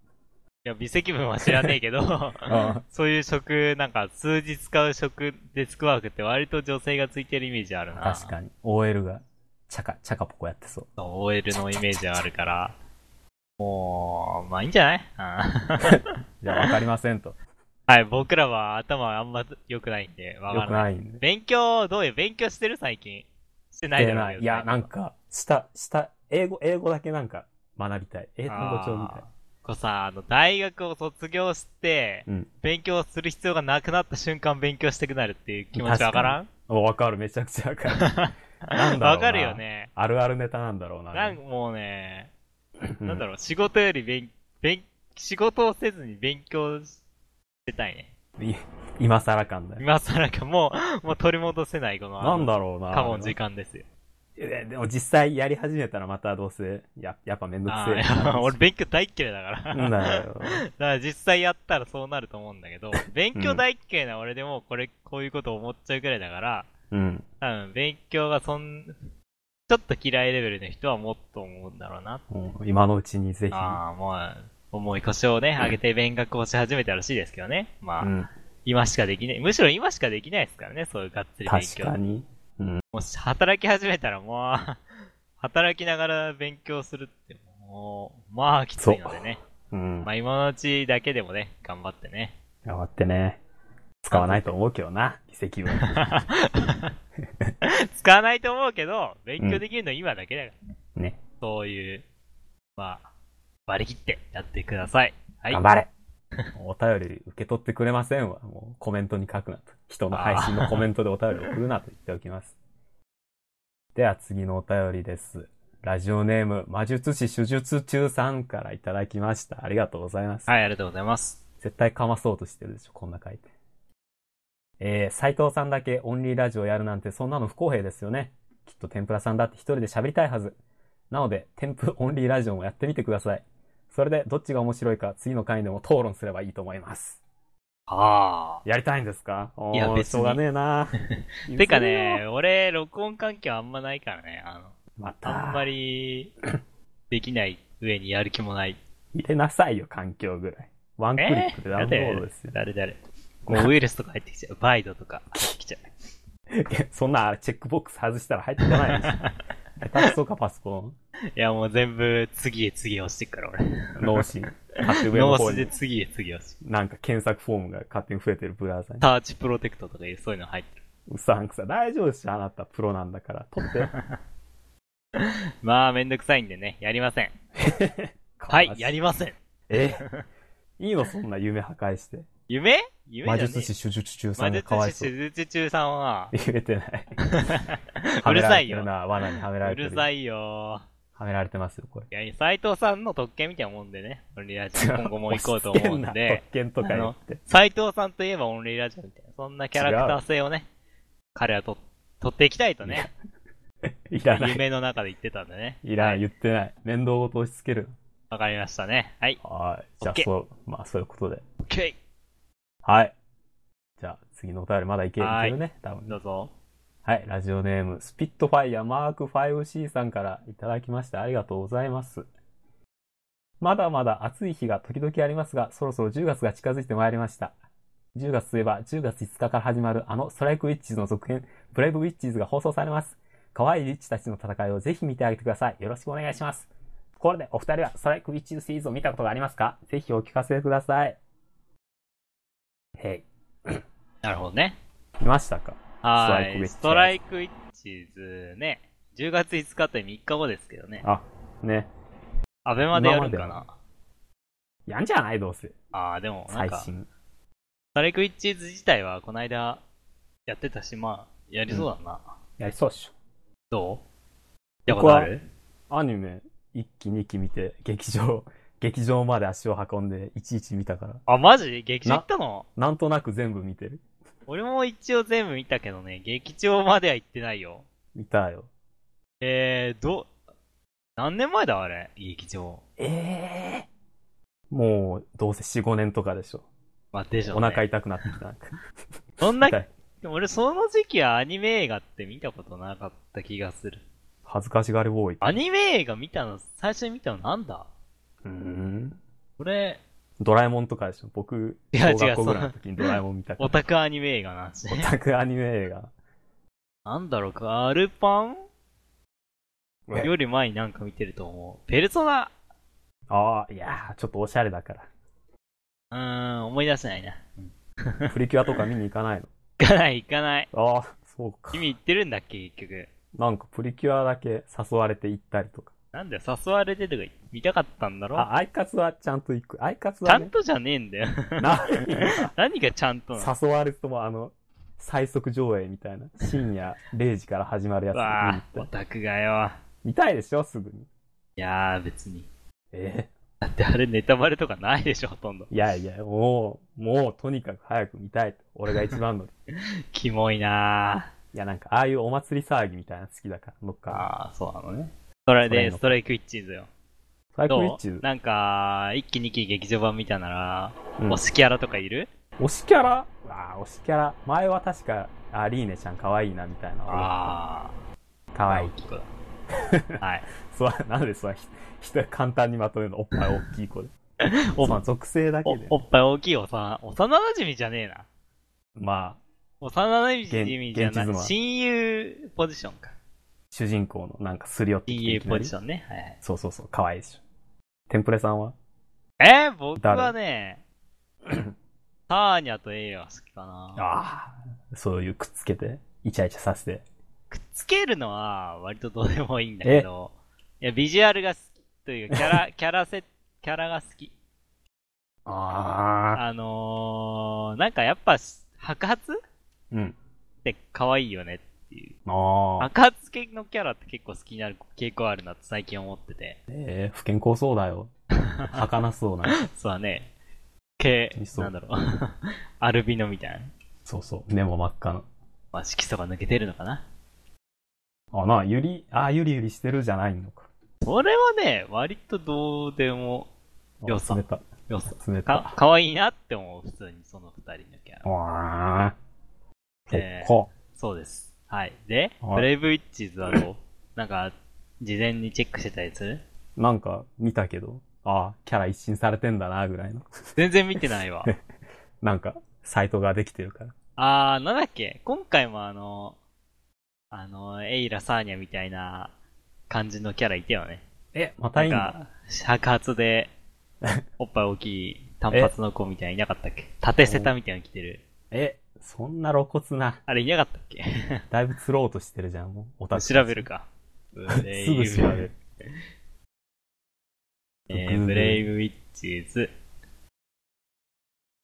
Speaker 2: や、微積分は知らねえけ ど、
Speaker 1: あ
Speaker 2: そういう職、なんか、数字使う職、デスクワークって割と女性がついてるイメージあるな。
Speaker 1: 確かに。OL が、チャカ、チャカポコやってそう。
Speaker 2: OL のイメージあるから、もう、まあいいんじゃないうん
Speaker 1: じゃあわかりませんと。
Speaker 2: はい、僕らは頭あんま良くないんで、 わ
Speaker 1: よ
Speaker 2: か
Speaker 1: く
Speaker 2: らない。
Speaker 1: ないんで。
Speaker 2: 勉強、どうよ勉強してる最近。してないだろうけど、
Speaker 1: いや、なんか、した、した、英語、英語だけなんか学びたい。英単語帳みたい
Speaker 2: あ。こうさ、あの、大学を卒業して、
Speaker 1: うん。
Speaker 2: 勉強する必要がなくなった瞬間勉強したくなるっていう気持ちわからん
Speaker 1: わかる、めちゃくちゃわかる。なんだろうな
Speaker 2: わかるよね。
Speaker 1: あるあるネタなんだろうな。
Speaker 2: なんかもうね、
Speaker 1: うん
Speaker 2: なんだろう、仕事より勉、勉、仕事をせずに勉強してたいね。
Speaker 1: い今更感だよ。
Speaker 2: 今更かもう、 もう取り戻せないこの、あの
Speaker 1: なんだろうな。
Speaker 2: カモン時間ですよ。
Speaker 1: えでも実際やり始めたらまたどうせ、や、やっぱめんどく
Speaker 2: あ
Speaker 1: せえ
Speaker 2: ー 俺勉強大っ嫌いだから。
Speaker 1: なんだよ。
Speaker 2: だから実際やったらそうなると思うんだけど、勉強大っ嫌いな俺でもこれ、 こういうこと思っちゃうくらいだから、
Speaker 1: うん。
Speaker 2: 多分勉強がそん、ちょっと嫌いレベルの人はもっと思うんだろうな。
Speaker 1: もう今のうちにぜひ。
Speaker 2: ああ、もう、重い腰をね、上げて勉学をし始めたらしいですけどね。まあ、
Speaker 1: うん。
Speaker 2: 今しかできない、むしろ今しかできないですからね、そういうがっつり勉
Speaker 1: 確
Speaker 2: 強。
Speaker 1: かに。
Speaker 2: もし働き始めたらもう、働きながら勉強するって、もう、まあきついのでね。
Speaker 1: うん。
Speaker 2: まあ今のうちだけでもね、頑張ってね。
Speaker 1: 頑張ってね。使わないと思うけどな、奇跡 は。
Speaker 2: 使わないと思うけど、勉強できるのは今だけだから。
Speaker 1: ね。
Speaker 2: そういう、まあ、割り切ってやってください。はい。
Speaker 1: 頑張れ お便り受け取ってくれませんわ。もうコメントに書くなと。人の配信のコメントでお便り送るなと言っておきます。 では次のお便りです。ラジオネーム、魔術師手術中さんからいただきました。ありがとうございます。
Speaker 2: はい、ありがとうございます。
Speaker 1: 絶対かまそうとしてるでしょ、こんな回って。えー、斎藤さんだけオンリーラジオやるなんてそんなの不公平ですよね。きっと天ぷらさんだって一人で喋りたいはず。なので、天ぷオンリーラジオもやってみてください。それで、どっちが面白いか次の回でも討論すればいいと思います。
Speaker 2: あ
Speaker 1: やりたいんですかおー
Speaker 2: いや別に
Speaker 1: しょうがねえな
Speaker 2: あ。 てか、ね、俺、録音環境あんまないからね、あの、
Speaker 1: また、
Speaker 2: あんま り、できない上にやる気もない。
Speaker 1: 入れなさいよ、環境ぐらい。ワンクリックでダウンロードですよ。
Speaker 2: 誰誰 もうウイルスとか入ってきちゃう。バイドとか入ってきちゃう。
Speaker 1: いや そんなチェックボックス外したら入ってこないでしょ。下手くそか、パソコン。
Speaker 2: いや、もう全部、次へ次へ押してっから、俺。
Speaker 1: 脳死。勝手上
Speaker 2: ノ
Speaker 1: の
Speaker 2: ー
Speaker 1: 方
Speaker 2: ス
Speaker 1: に
Speaker 2: で。次へ次へ押して。
Speaker 1: なんか検索フォームが勝手に増えてるブラウザに。
Speaker 2: ターチプロテクトとかいう、そういうの入ってる。
Speaker 1: うさんくさ、大丈夫ですよ、あなたプロなんだから。取 って。
Speaker 2: まあ、めんどくさいんでね、やりません。はい、やりません。
Speaker 1: えいいの、そんな夢破壊して。
Speaker 2: 夢夢
Speaker 1: 魔
Speaker 2: じゃね
Speaker 1: 術師手術中さ
Speaker 2: 魔
Speaker 1: んがかわい
Speaker 2: 術師
Speaker 1: そう。
Speaker 2: 手術中さんは、
Speaker 1: 言えてない。
Speaker 2: うる
Speaker 1: はめら
Speaker 2: さい
Speaker 1: れてる
Speaker 2: よ。
Speaker 1: な、罠にはめら
Speaker 2: う
Speaker 1: れてる。
Speaker 2: るさいよ。
Speaker 1: はめられてますよ、これ。
Speaker 2: いや、斎藤さんの特権みたいなもんでね、オンリーラジオ今後も行こうと思う
Speaker 1: 変
Speaker 2: んで、
Speaker 1: な特権とか言って。
Speaker 2: 斎藤さんといえばオンリーラジオみたいな、そんなキャラクター性をね、彼はと取っていきたいとね、
Speaker 1: いらない。
Speaker 2: 夢の中で言ってたんでね。
Speaker 1: いら
Speaker 2: は
Speaker 1: ない、言ってない。面倒ごと押し付ける。
Speaker 2: わかりましたね。はい。
Speaker 1: はい。じゃあ、
Speaker 2: OK
Speaker 1: そう、まあ、そういうことで。
Speaker 2: OK!
Speaker 1: はい。じゃあ、次のお便りまだいけい
Speaker 2: はい
Speaker 1: けるね、多分ね
Speaker 2: どうぞ。
Speaker 1: はい、ラジオネーム、スピットファイヤーマーク 5C さんからいただきましてありがとうございます。まだまだ暑い日が時々ありますが、そろそろ10月が近づいてまいりました。10月といえば10月5日から始まるあのストライクウィッチーズの続編、ブレイブウィッチーズが放送されます。可愛いウィッチたちの戦いをぜひ見てあげてください。よろしくお願いします。ところで、お二人はストライクウィッチーズシリーズを見たことがありますかぜひお聞かせください。へい。
Speaker 2: なるほどね。
Speaker 1: 見ましたか
Speaker 2: は
Speaker 1: ウィッチー
Speaker 2: い。
Speaker 1: ズ
Speaker 2: ストライクウィッチーズね、10月5日って3日後ですけどね。
Speaker 1: あ、ね。
Speaker 2: アベマでやるんかな。
Speaker 1: やんじゃないどうせ。
Speaker 2: ああ、でも、なん
Speaker 1: 最
Speaker 2: か、ス
Speaker 1: 新。
Speaker 2: トライクウィッチーズ自体はこの間やってたし、まあ、やりそうだな。
Speaker 1: やりそうっしょ。
Speaker 2: どうやったことある
Speaker 1: アニメ1期2期見て、劇場、 劇場まで足を運んで、いちいち見たから、
Speaker 2: あ、マジ劇場行ったの
Speaker 1: なんとなく全部見てる。
Speaker 2: 俺も一応全部見たけどね、劇場までは行ってないよ。
Speaker 1: 見たよ。
Speaker 2: えー、ど、何年前だあれ劇場。
Speaker 1: ええもう、どうせ4、5年とかでしょ。
Speaker 2: まあ、でしょ、
Speaker 1: お
Speaker 2: ね。
Speaker 1: 腹痛くなってき た。なんか
Speaker 2: そんな
Speaker 1: 痛い、
Speaker 2: でも俺その時期はアニメ映画って見たことなかった気がする。
Speaker 1: 恥ずかしがり多い。
Speaker 2: アニメ映画見たの、最初に見たのなんだ
Speaker 1: うん。
Speaker 2: 俺、
Speaker 1: ドラえもんとかでしょ。僕、
Speaker 2: いや
Speaker 1: 小学校
Speaker 2: 違う
Speaker 1: ぐらいの時にドラえもん見たか
Speaker 2: オ
Speaker 1: ら。
Speaker 2: タクアニメ映画なんです
Speaker 1: オ
Speaker 2: ね。
Speaker 1: タクアニメ映画。
Speaker 2: なんだろうか、アルパン
Speaker 1: え
Speaker 2: より前になんか見てると思う。ペルソナ、
Speaker 1: ああ、いやー、ちょっとおしゃれだか
Speaker 2: うーん、思い出せないな。
Speaker 1: ら。プリキュアとか見に行かないの。
Speaker 2: 行かない、行かない。
Speaker 1: ああ、そうか。
Speaker 2: 君行ってるんだっけ、結局。
Speaker 1: なんかプリキュアだけ誘われて行ったりとか。
Speaker 2: なんだよ、誘われてとか見たかったんだろ
Speaker 1: あ、アイカツはちゃんと行く。アイカツ
Speaker 2: ちゃ
Speaker 1: は
Speaker 2: ん
Speaker 1: ね、
Speaker 2: とじゃねえんだよ。
Speaker 1: な
Speaker 2: 何がちゃんとなの
Speaker 1: 誘われてともあの、最速上映みたい な。深夜0時から始まるやつ
Speaker 2: うわあ、
Speaker 1: 見に行
Speaker 2: オ
Speaker 1: った
Speaker 2: タクがよ。
Speaker 1: 見たいでしょすぐに。
Speaker 2: いやー、別に。
Speaker 1: え
Speaker 2: だってあれネタバレとかないでしょ、ほとんど。
Speaker 1: えいやいや、もう、もうとにかく早く見たいと。俺が一番 の。い
Speaker 2: キモいな
Speaker 1: やなんか、ああいうお祭り騒ぎみたいなの好きだから、僕
Speaker 2: ー。
Speaker 1: か。
Speaker 2: ああ、そうなのね。それ
Speaker 1: それ
Speaker 2: で、
Speaker 1: の
Speaker 2: ストライクウィッチーズよ。
Speaker 1: サイクリッ
Speaker 2: ど
Speaker 1: チ
Speaker 2: う
Speaker 1: ズ。
Speaker 2: なんか、一期二期劇場版見たなら、
Speaker 1: うん
Speaker 2: 推しキャラとかいる
Speaker 1: 推しキャラわあ、推しキャラ。前は確か、あ、リーネちゃん可愛いな、みたいな。
Speaker 2: あ
Speaker 1: 可
Speaker 2: あ、
Speaker 1: 愛い
Speaker 2: 大。きい子だ。はい。
Speaker 1: そう、なんでそう、ひ、人簡単にまとめるの、おっぱい大きい子で。
Speaker 2: お
Speaker 1: まあ、属性だけで。
Speaker 2: おおっぱい大きい幼、幼馴染じゃねえな。
Speaker 1: まあ、
Speaker 2: 幼馴染じゃな
Speaker 1: 現現地妻
Speaker 2: い。親友ポジションか。
Speaker 1: 主人公のなんかすり寄って
Speaker 2: 親
Speaker 1: きてい
Speaker 2: 友
Speaker 1: きな
Speaker 2: ポ
Speaker 1: り
Speaker 2: ジションね。はいはい。
Speaker 1: そうそうそう、可愛いでしょ。テンプレさんは
Speaker 2: えー僕はね、ターニャとエイは好きかな。
Speaker 1: ああ、そういうくっつけて、イチャイチャさせて。
Speaker 2: くっつけるのは割とどうでもいいんだけど、いや、ビジュアルが好きというか、キャ ラ、キャラせ、キャラが好き。
Speaker 1: ああ。
Speaker 2: あのー、なんかやっぱし、白髪っ
Speaker 1: うん。
Speaker 2: て可愛いよねっていう。
Speaker 1: ああ。
Speaker 2: 白髪系のキャラって結構好きになる傾向あるなって最近思ってて。
Speaker 1: ええ不健康そうだ よ。儚そうな。
Speaker 2: そうだね。系
Speaker 1: い、そう
Speaker 2: なんだろう。 アルビノみたいな。
Speaker 1: そうそう、目も真っ赤な。
Speaker 2: まあ、色素が抜けてるのかな。
Speaker 1: あ、なあ、ゆり、ああ、ゆりゆりしてるじゃないのか。
Speaker 2: それはね、割とどうでも
Speaker 1: あ
Speaker 2: よさ
Speaker 1: 冷た。
Speaker 2: よさ。
Speaker 1: 冷た。
Speaker 2: か、可愛いなって思う、普通にその二人のキャラ。
Speaker 1: わあ。結
Speaker 2: えー
Speaker 1: 構。
Speaker 2: そうです。はい。で、
Speaker 1: はい
Speaker 2: ブレイブウィッチーズは どうなんか、事前にチェックしてたりする
Speaker 1: なんか見たけど、ああ、キャラ一新されてんだな、ぐらいの。
Speaker 2: 全然見てな いわ。
Speaker 1: なんか、サイトができてるから。
Speaker 2: あー、なんだっけ今回もあの、あの、エイラ・サーニャみたいな感じのキャラいたよね。
Speaker 1: え、また
Speaker 2: ないん
Speaker 1: いんだ。
Speaker 2: か、白 髪で、おっぱい大きい単発の子みたいないなかったっけ縦セタみたいなの着てる。
Speaker 1: え、そんな露骨な。
Speaker 2: あれいなかったっ け
Speaker 1: だいぶ釣ろうとしてるじゃん、もう。おた
Speaker 2: 調べる。か。す
Speaker 1: すぐ調べる。
Speaker 2: えー、ブレイブウィッチーズ。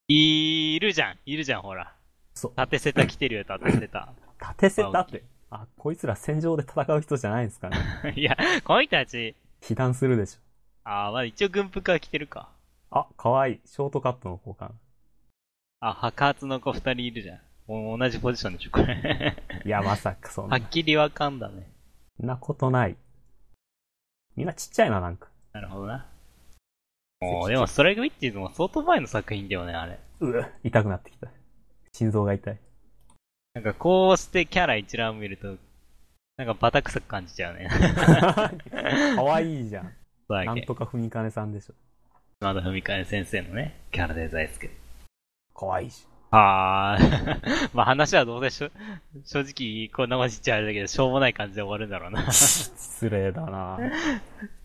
Speaker 2: いるじゃん、いるじゃん、ほら。
Speaker 1: そう
Speaker 2: 縦セタ来てるよ、縦セタ。
Speaker 1: 縦セタって。あ、こいつら戦場で戦う人じゃないんですかね。
Speaker 2: いや、この人たち、
Speaker 1: 被弾するでしょ。
Speaker 2: あー、まあ一応軍服は着てるか。
Speaker 1: あ、かわいい。ショートカットの方か
Speaker 2: あ、白髪の子二人いるじゃん。もう同じポジションでしょ、これ。
Speaker 1: な。 いや、まさかそん
Speaker 2: は
Speaker 1: な。
Speaker 2: っきりわかんだね。
Speaker 1: そんなことない。みんなちっちゃいな、なんか。
Speaker 2: なるほどな。もう、でも、ストライクウィッチーズも相当前の作品だよね、あれ。
Speaker 1: うう痛くなってきた。心臓が痛 い。
Speaker 2: なんか、こうしてキャラ一覧を見ると、なんかバタ臭く感じちゃうね。
Speaker 1: かわいいじゃん。
Speaker 2: そうだっ
Speaker 1: なん
Speaker 2: け。
Speaker 1: とかふみかねさんでしょ。
Speaker 2: まだ文え先生のね、キャラデザインですけど。
Speaker 1: かわいいし。
Speaker 2: あー、 まあ話はどうでしょう。正直、こんなこと言っちゃあれだけど、しょうもない感じで終わるんだろうな。
Speaker 1: 失礼だな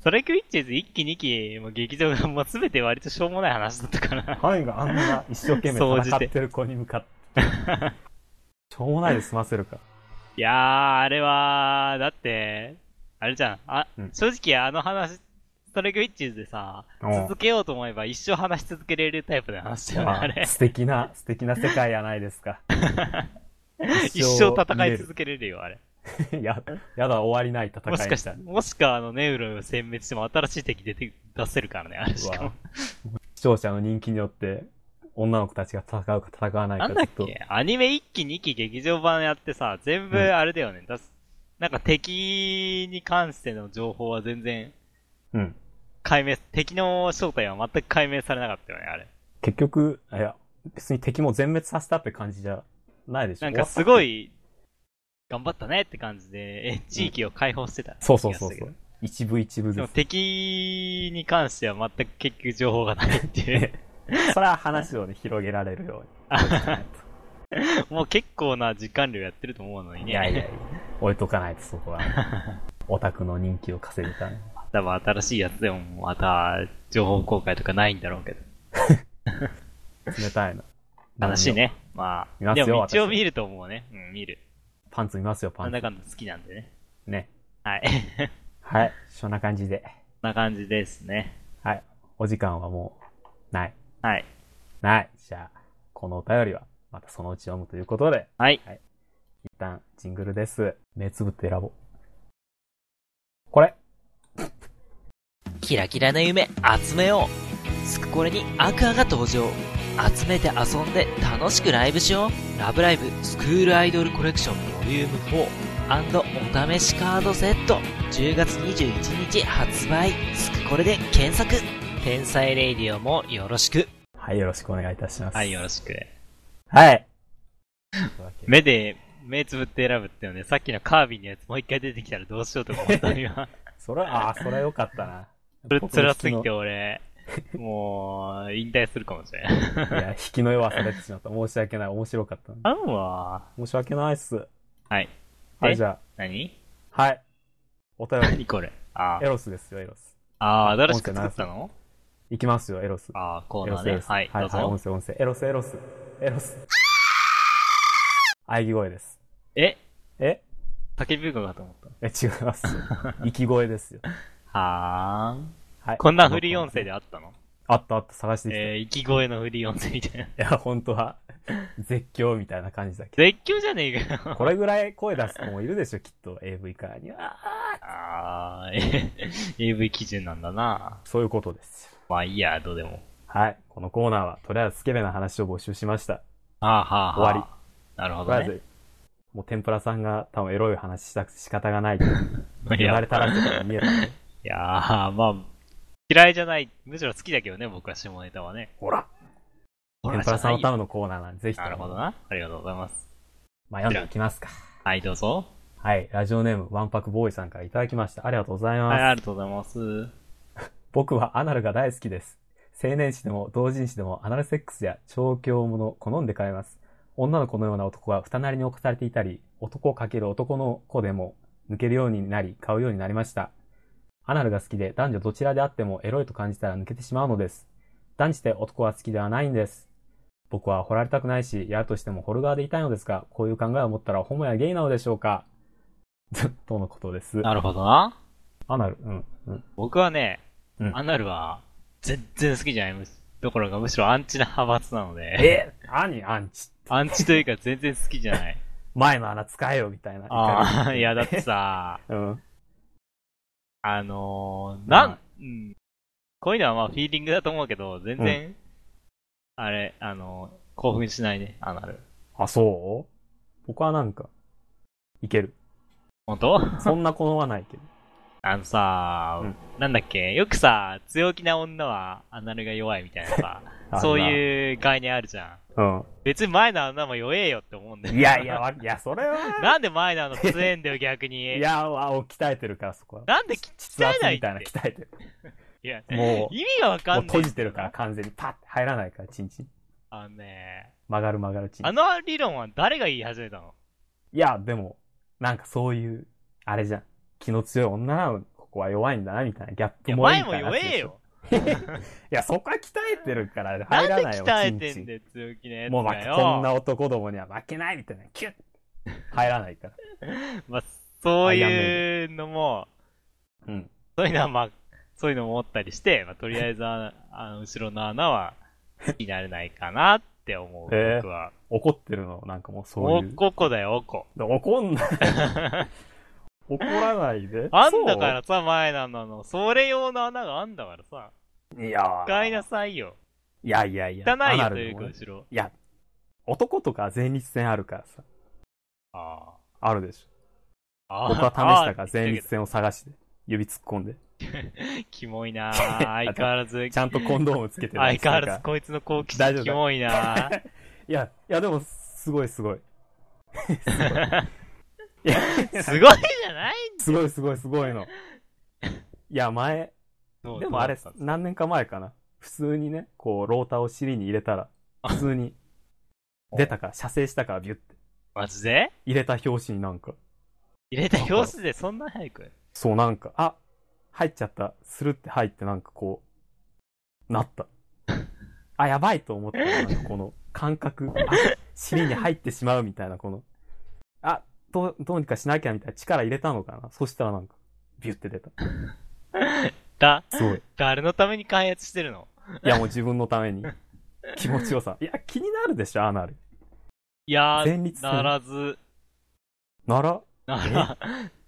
Speaker 2: ストライクウィッチーズ1期2期、もう劇場がもう全て割としょうもない話だったかな。
Speaker 1: ハイがあんな一生懸
Speaker 2: 総
Speaker 1: 命
Speaker 2: じ
Speaker 1: 戦っててる子に向かって。しょうもないで済ませるから。
Speaker 2: いやー、あれは、だって、あれじゃん。あ、
Speaker 1: うん
Speaker 2: 正直あの話、ストライクウィッチーズでさ
Speaker 1: うん、
Speaker 2: 続けようと思えば一生話し続けれるタイプの話だよね、
Speaker 1: ま
Speaker 2: あれ
Speaker 1: あ、。素敵な、素敵な世界やないですか。
Speaker 2: 一生戦
Speaker 1: 見れ
Speaker 2: い
Speaker 1: る
Speaker 2: 続けれるよ、あれ。
Speaker 1: や、やだ、終わりない戦い
Speaker 2: もしかしたら、もしかあのネウロを殲滅しても新しい敵出て、出せるからね、あれしか
Speaker 1: う
Speaker 2: も
Speaker 1: わ。視聴者の人気によって、女の子たちが戦うか戦わない
Speaker 2: な
Speaker 1: か
Speaker 2: んだ
Speaker 1: ず
Speaker 2: っ
Speaker 1: っと。
Speaker 2: けアニメ1期2期劇場版やってさ、全部
Speaker 1: うん
Speaker 2: あれだよね。だすなんか敵に関しての情報は全然
Speaker 1: うん。
Speaker 2: 解明、敵の正体は全く解明されなかったよね、あれ。
Speaker 1: 結局、いや、別に敵も全滅させたって感じじゃないでしょ。
Speaker 2: なんかすご
Speaker 1: 終わっ
Speaker 2: い、頑張ったねって感じで、え地域を解放してた、
Speaker 1: た。そうそうそうそ
Speaker 2: 気がする
Speaker 1: う。一部一部
Speaker 2: けど
Speaker 1: ず
Speaker 2: でも敵に関しては全く結局情報がないっていう。
Speaker 1: つ。それは話をね、広げられるよ
Speaker 2: もう結構な時間量やってると思うの
Speaker 1: う
Speaker 2: に
Speaker 1: に。
Speaker 2: ね。
Speaker 1: いやいやいや、置いとかないとそこ は。オタクの人気を稼ぐために。
Speaker 2: 多分新しいやつでもまた情報公開とかないんだろうけど。
Speaker 1: 冷たいな。
Speaker 2: 悲しい。ね。ま
Speaker 1: 見
Speaker 2: あ、
Speaker 1: ます
Speaker 2: で
Speaker 1: よ
Speaker 2: も一応
Speaker 1: 私
Speaker 2: 見ると思うね。うん、見る。
Speaker 1: パンツ見ますよ、パ
Speaker 2: なん
Speaker 1: ンツ
Speaker 2: だ。かんだ好きなんでね。
Speaker 1: ね。
Speaker 2: はい。
Speaker 1: はい。そんな感じで。
Speaker 2: こんな感じですね。
Speaker 1: はい。お時間はもう、ない。
Speaker 2: はい。
Speaker 1: ない。じゃあ、このお便りは、またそのうち読むということで、
Speaker 2: はい。
Speaker 1: 一旦、ジングルです。目つぶって選ぼう。これ
Speaker 3: キラキラな夢集めようスクコレにアクアが登場集めて遊んで楽しくライブしようラブライブスクールアイドルコレクションボリューム4お試しカードセット10月21日発売スクコレで検索天才レイディオもよろしく
Speaker 1: はい、よろしくお願いいたします。
Speaker 2: はい、よろしく。
Speaker 1: はい。
Speaker 2: 目で、目つぶって選ぶっていうね、さっきのカービィのやつもう一回出てきたらどうしようとか思った の今。
Speaker 1: それは、あーそれはよかったな。
Speaker 2: それ辛すぎ
Speaker 1: 僕
Speaker 2: て
Speaker 1: の
Speaker 2: 俺、もう、引退するかもしれない。
Speaker 1: 引きのいや、引きの弱さ出てしまった。申し訳ない。面白かったな。
Speaker 2: あんわ。
Speaker 1: 申し訳ないっす。
Speaker 2: はい。
Speaker 1: はい、
Speaker 2: え
Speaker 1: じゃ
Speaker 2: 何
Speaker 1: あ、はい。お便り、
Speaker 2: 何これあ
Speaker 1: エロスですよ、エロス。
Speaker 2: あー、新しく作ったの
Speaker 1: いきますよ、エロス。
Speaker 2: ああ、コ
Speaker 1: エ
Speaker 2: ー
Speaker 1: ロ
Speaker 2: ナー
Speaker 1: ス、エロ
Speaker 2: ね。
Speaker 1: ス。
Speaker 2: はい、
Speaker 1: は
Speaker 2: ど
Speaker 1: い、
Speaker 2: うぞ
Speaker 1: 音。声、音声。エロス、エロス。エロス。喘ぎ声です。
Speaker 2: え
Speaker 1: え
Speaker 2: 叫び声かと思っ
Speaker 1: え、違い ます。息声ですよ。
Speaker 2: た。はーん。
Speaker 1: はい。
Speaker 2: こんなフリー音声であったの
Speaker 1: あったあった、探してきた。
Speaker 2: えー、息声のフリー音声みたいな。
Speaker 1: いや、本当は、絶叫みたいな感じだけ
Speaker 2: 絶叫じゃねえか
Speaker 1: ど。
Speaker 2: よ。
Speaker 1: これぐらい声出す子もいるでしょ、きっと、AV カーには。
Speaker 2: あ ー、え AV 基準なんだな。
Speaker 1: そういうことですよ。
Speaker 2: まあいいや、どうでも。
Speaker 1: はい。このコーナーは、とりあえずスケベな話を募集しました。
Speaker 2: ああ、はあ、はあ。
Speaker 1: 終わ
Speaker 2: なるほ
Speaker 1: とり
Speaker 2: ど
Speaker 1: あえ
Speaker 2: ね。
Speaker 1: ず、もう天ぷらさんが多分エロい話したくて仕方がないと。
Speaker 2: い
Speaker 1: 言わ
Speaker 2: や、
Speaker 1: れたらって見え たんで。
Speaker 2: いやーまあ、嫌いじゃない。むしろ好きだけどね、僕は下ネタはね。
Speaker 1: ほら
Speaker 2: ほ
Speaker 1: 天
Speaker 2: ら
Speaker 1: ぷらさんの
Speaker 2: じゃ
Speaker 1: た
Speaker 2: な
Speaker 1: め
Speaker 2: い
Speaker 1: のコーナーなんで、ぜひと
Speaker 2: なるほど
Speaker 1: も、
Speaker 2: な。ありがとうございます。
Speaker 1: まあ、読んでいきますか。
Speaker 2: はい、どうぞ。
Speaker 1: はい。ラジオネーム、ワンパクボーイさんからいただきました。ありがとうございます。
Speaker 2: はい、ありがとうございます。
Speaker 1: 僕はアナルが大好きです。青年誌でも同人誌でもアナルセックスや調教ものを好んで買います。女の子のような男が二なりに置かされていたり、男をかける男の子でも抜けるようになり、買うようになりました。アナルが好きで男女どちらであってもエロいと感じたら抜けてしまうのです。断じて男は好きではないんです。僕は掘られたくないし、やるとしても掘る側でいたいのですが、こういう考えを持ったらホモやゲイなのでしょうか とのことです。
Speaker 2: なるほどな。
Speaker 1: アナル、うん、うん。
Speaker 2: 僕はね、
Speaker 1: うん
Speaker 2: アナルは、全然好きじゃないむしどころか、むしろアンチな派閥なので、
Speaker 1: え兄、アンチ。
Speaker 2: アンチというか全然好きじゃ ない。
Speaker 1: 前の穴使えよみたいな。
Speaker 2: あ
Speaker 1: 怒
Speaker 2: あ、
Speaker 1: り
Speaker 2: いや、だって。さ、
Speaker 1: うん。
Speaker 2: あのー、なん、うん。こういうのはまあ、フィーリングだと思うけど、全然、あれ、あのー、興奮しないね、アナル。
Speaker 1: あ、そう僕はなんか、いけ る。
Speaker 2: 本当
Speaker 1: そんな子はないけど。
Speaker 2: あのさ、
Speaker 1: うん
Speaker 2: なんだっけ、よくさ、強気な女はアナルが弱いみたいなさ
Speaker 1: あるな、
Speaker 2: そういう概念あるじゃ
Speaker 1: う
Speaker 2: ん。
Speaker 1: ん。
Speaker 2: 別に前の女も弱えよって思うんだよ。
Speaker 1: いやいや、わいや、それは、
Speaker 2: なんで前の女強えんだよ、逆に。
Speaker 1: いや、わお鍛えてるから、そこは。
Speaker 2: なんで鍛
Speaker 1: 筆
Speaker 2: え
Speaker 1: 圧
Speaker 2: ないっ
Speaker 1: みたいな
Speaker 2: て。
Speaker 1: 鍛えてる。
Speaker 2: いや、
Speaker 1: もう、
Speaker 2: 意味がわか
Speaker 1: もうん
Speaker 2: ない
Speaker 1: 閉。じてるから、完全にパッて入らないから、チンチン。
Speaker 2: あのね、
Speaker 1: 曲がる曲がるチン
Speaker 2: あ
Speaker 1: チン。
Speaker 2: の理論は誰が言い始めたの
Speaker 1: いや、でも、なんかそういう、あれじゃん。気の強い女なのに、ここは弱いんだな、みたいな。ギャッ
Speaker 2: い
Speaker 1: プ
Speaker 2: や、
Speaker 1: もいい
Speaker 2: 前
Speaker 1: み
Speaker 2: も
Speaker 1: たいな
Speaker 2: 弱
Speaker 1: やつで
Speaker 2: え
Speaker 1: しょ
Speaker 2: よ。。
Speaker 1: いや、そこは鍛えてるから、
Speaker 2: な
Speaker 1: 入
Speaker 2: んで
Speaker 1: らないよ、
Speaker 2: 鍛え
Speaker 1: チン
Speaker 2: て
Speaker 1: チン
Speaker 2: んだよ、強気ね。
Speaker 1: もう負け、こんな男どもには負けないみたいな、キュッ入らないから。
Speaker 2: まあ、そういうのも、
Speaker 1: うん。
Speaker 2: そういうのはまあ、そういうのも思ったりして、まあ、とりあえず あ、あの、後ろの穴は、好きになれないかなって思う、
Speaker 1: えー
Speaker 2: 僕は。
Speaker 1: 怒ってるの、なんかもうそう
Speaker 2: お
Speaker 1: いう。
Speaker 2: ここだよ、おこ。
Speaker 1: 怒んない。 怒らないで。
Speaker 2: あんだからさ、前なのの、それ用の穴があんだからさ、
Speaker 1: そう。いや
Speaker 2: 使いなさいよ。
Speaker 1: いやいやいや。
Speaker 2: 汚い
Speaker 1: アナル
Speaker 2: よ、と
Speaker 1: で
Speaker 2: いう
Speaker 1: も
Speaker 2: か、
Speaker 1: ね
Speaker 2: 後ろ。
Speaker 1: いや、男とか前立腺あるからさ、
Speaker 2: あ
Speaker 1: あるで しょ。
Speaker 2: あ。
Speaker 1: 僕は試したから、
Speaker 2: あー
Speaker 1: 前立腺を探して、指突っ込んで。
Speaker 2: キモい なぁ。相変わらず、
Speaker 1: ちゃんとコンドームつけて
Speaker 2: 相変わらず
Speaker 1: ず
Speaker 2: こいつの好奇
Speaker 1: 大丈夫
Speaker 2: 心キモいなぁ。
Speaker 1: いや、いやでも、すごいすごい。
Speaker 2: すごいじゃない
Speaker 1: すごいすごいすごいの。いや、前、
Speaker 2: の
Speaker 1: でもあれ
Speaker 2: どうだった、の
Speaker 1: 何年か前かな。普通にね、こう、ローターを尻に入れたら、普通に、出たから、射精したからビュって。
Speaker 2: マジで
Speaker 1: 入れた拍子になんか、
Speaker 2: 入れた様子でそんな早く
Speaker 1: そうなんか、あ、入っちゃった。スルって入ってなんかこう、なった。あ、やばいと思ったら、なんかこの感覚、あ、尻に入ってしまうみたいな、この、あ、どう、どうにかしなきゃみたいな力入れたのかな。そしたらなんか、ビュって出た。
Speaker 2: だ、
Speaker 1: すごい。
Speaker 2: 誰のために開発してるの
Speaker 1: いや、もう自分のために。気持ちよさ。いや、気になるでしょ、ああなる。
Speaker 2: いや
Speaker 1: 前立
Speaker 2: ー、
Speaker 1: 腺
Speaker 2: ならず、
Speaker 1: なら
Speaker 2: なら、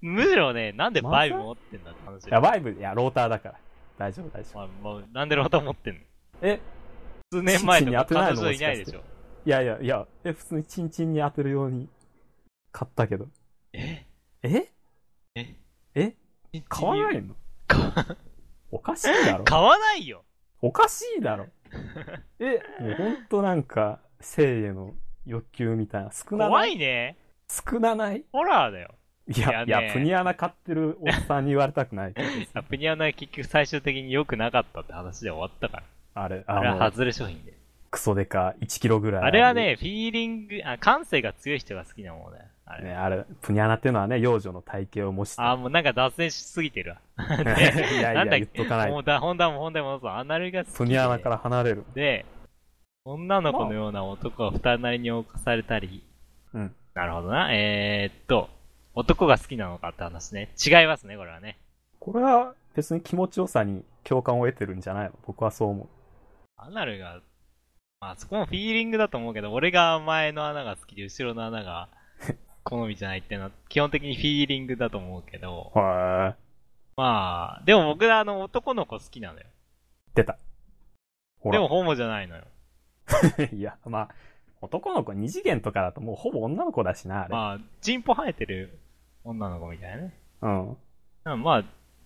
Speaker 2: むしろね、なんでバイブ持ってんだって話
Speaker 1: いや、バイブ、いや、ローターだから。大丈夫、大丈夫。
Speaker 2: まあ、もう、なんでロータ持ってんの
Speaker 1: え、
Speaker 2: 数年前と
Speaker 1: 父に当
Speaker 2: か
Speaker 1: てない
Speaker 2: 彼
Speaker 1: の
Speaker 2: 女いないでしょ。
Speaker 1: いやいや、いや、え、普通にチンチンに当てるように買ったけど。
Speaker 2: え
Speaker 1: え
Speaker 2: え
Speaker 1: え買わないの
Speaker 2: か
Speaker 1: おかしいだろ。
Speaker 2: 買わないよ
Speaker 1: おかしい だろ。え、もうほんとなんか、性への欲求みたいな。少な
Speaker 2: 怖
Speaker 1: ない。
Speaker 2: いね
Speaker 1: 少なない。
Speaker 2: ホラーだよ。
Speaker 1: いや、
Speaker 2: い
Speaker 1: い
Speaker 2: や
Speaker 1: や,、
Speaker 2: ね
Speaker 1: プニアナ買ってるおっさんに言われたく ない。
Speaker 2: アプニアナ結局最終的に良くなかったって話で終わったから。
Speaker 1: あれ、
Speaker 2: あれは
Speaker 1: あの、
Speaker 2: 外れ商品で。
Speaker 1: クソデカ1キロぐらい。
Speaker 2: あれは、ね、フィーリング、あ、感性が強い人が好きなものだよ。あれ。
Speaker 1: ね、あれ、プニアナっていうのはね、幼女の体型を模した。
Speaker 2: あ、もうなんか脱線しすぎてるわ。
Speaker 1: いやい
Speaker 2: な
Speaker 1: や、
Speaker 2: んだっ
Speaker 1: 言っと
Speaker 2: け
Speaker 1: かない
Speaker 2: も
Speaker 1: と。
Speaker 2: うだ、本題も本題も戻そう。アナルが好き
Speaker 1: プ
Speaker 2: で。
Speaker 1: ニアナから離れる。
Speaker 2: で、女の子のような男が二人なりに侵されたり。
Speaker 1: うん。
Speaker 2: なるほどな。えー、っと、男が好きなのかって話ね。違いますね、これはね。
Speaker 1: これは別に気持ちよさに共感を得てるんじゃないの僕はそう思
Speaker 2: アナルが、まあそこもフィーリングだと思うけど、俺が前の穴が好きで後ろの穴 が好みじゃないっていうのは基本的にフィーリングだと思うけど、
Speaker 1: う。は
Speaker 2: まあ、でも僕はあの男の子好きなのよ。
Speaker 1: 出た。ほ
Speaker 2: で
Speaker 1: ら
Speaker 2: も。ホモじゃないのよ。
Speaker 1: いや、まあ、男の子二次元とかだともうほぼ女の子だしな、あれ。
Speaker 2: まあ、チンポ生えてる女の子みたいなね。
Speaker 1: うん。
Speaker 2: うんまあ、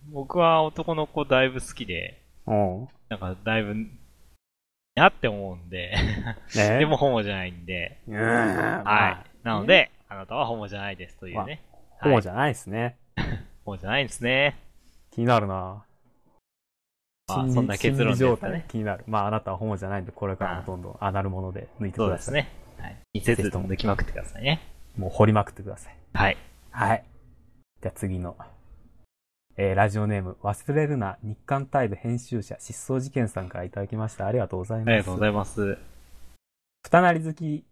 Speaker 2: 僕は男の子だいぶ好きで、
Speaker 1: うん。
Speaker 2: なんかだいぶ、なって思うんで、
Speaker 1: ね
Speaker 2: でも、ホモじゃないんで、
Speaker 1: うーん。
Speaker 2: は。
Speaker 1: はい
Speaker 2: なので、あなたはホモじゃないですというね。
Speaker 1: い。ほぼ
Speaker 2: はい
Speaker 1: じゃないですね。
Speaker 2: ホモじゃないんですね。
Speaker 1: 気になるな
Speaker 2: まあそんな結論
Speaker 1: 心理
Speaker 2: です
Speaker 1: 状
Speaker 2: かね
Speaker 1: 態気になる。まあ、あなたはホモじゃないんで、これからもどんどんアナルもので抜いて
Speaker 2: そ
Speaker 1: く
Speaker 2: う
Speaker 1: だ
Speaker 2: で
Speaker 1: さ
Speaker 2: す
Speaker 1: い。
Speaker 2: ね。はい。一節飛んできまくってくださいね。
Speaker 1: もう掘りまくってください。
Speaker 2: はい。
Speaker 1: はい。じゃあ次の。えーラジオネーム、忘れるな、日刊タイム編集者、失踪事件さんからいただきました。ありがとうござい
Speaker 2: あ
Speaker 1: ます。
Speaker 2: りがとうございます。
Speaker 1: 二なり好き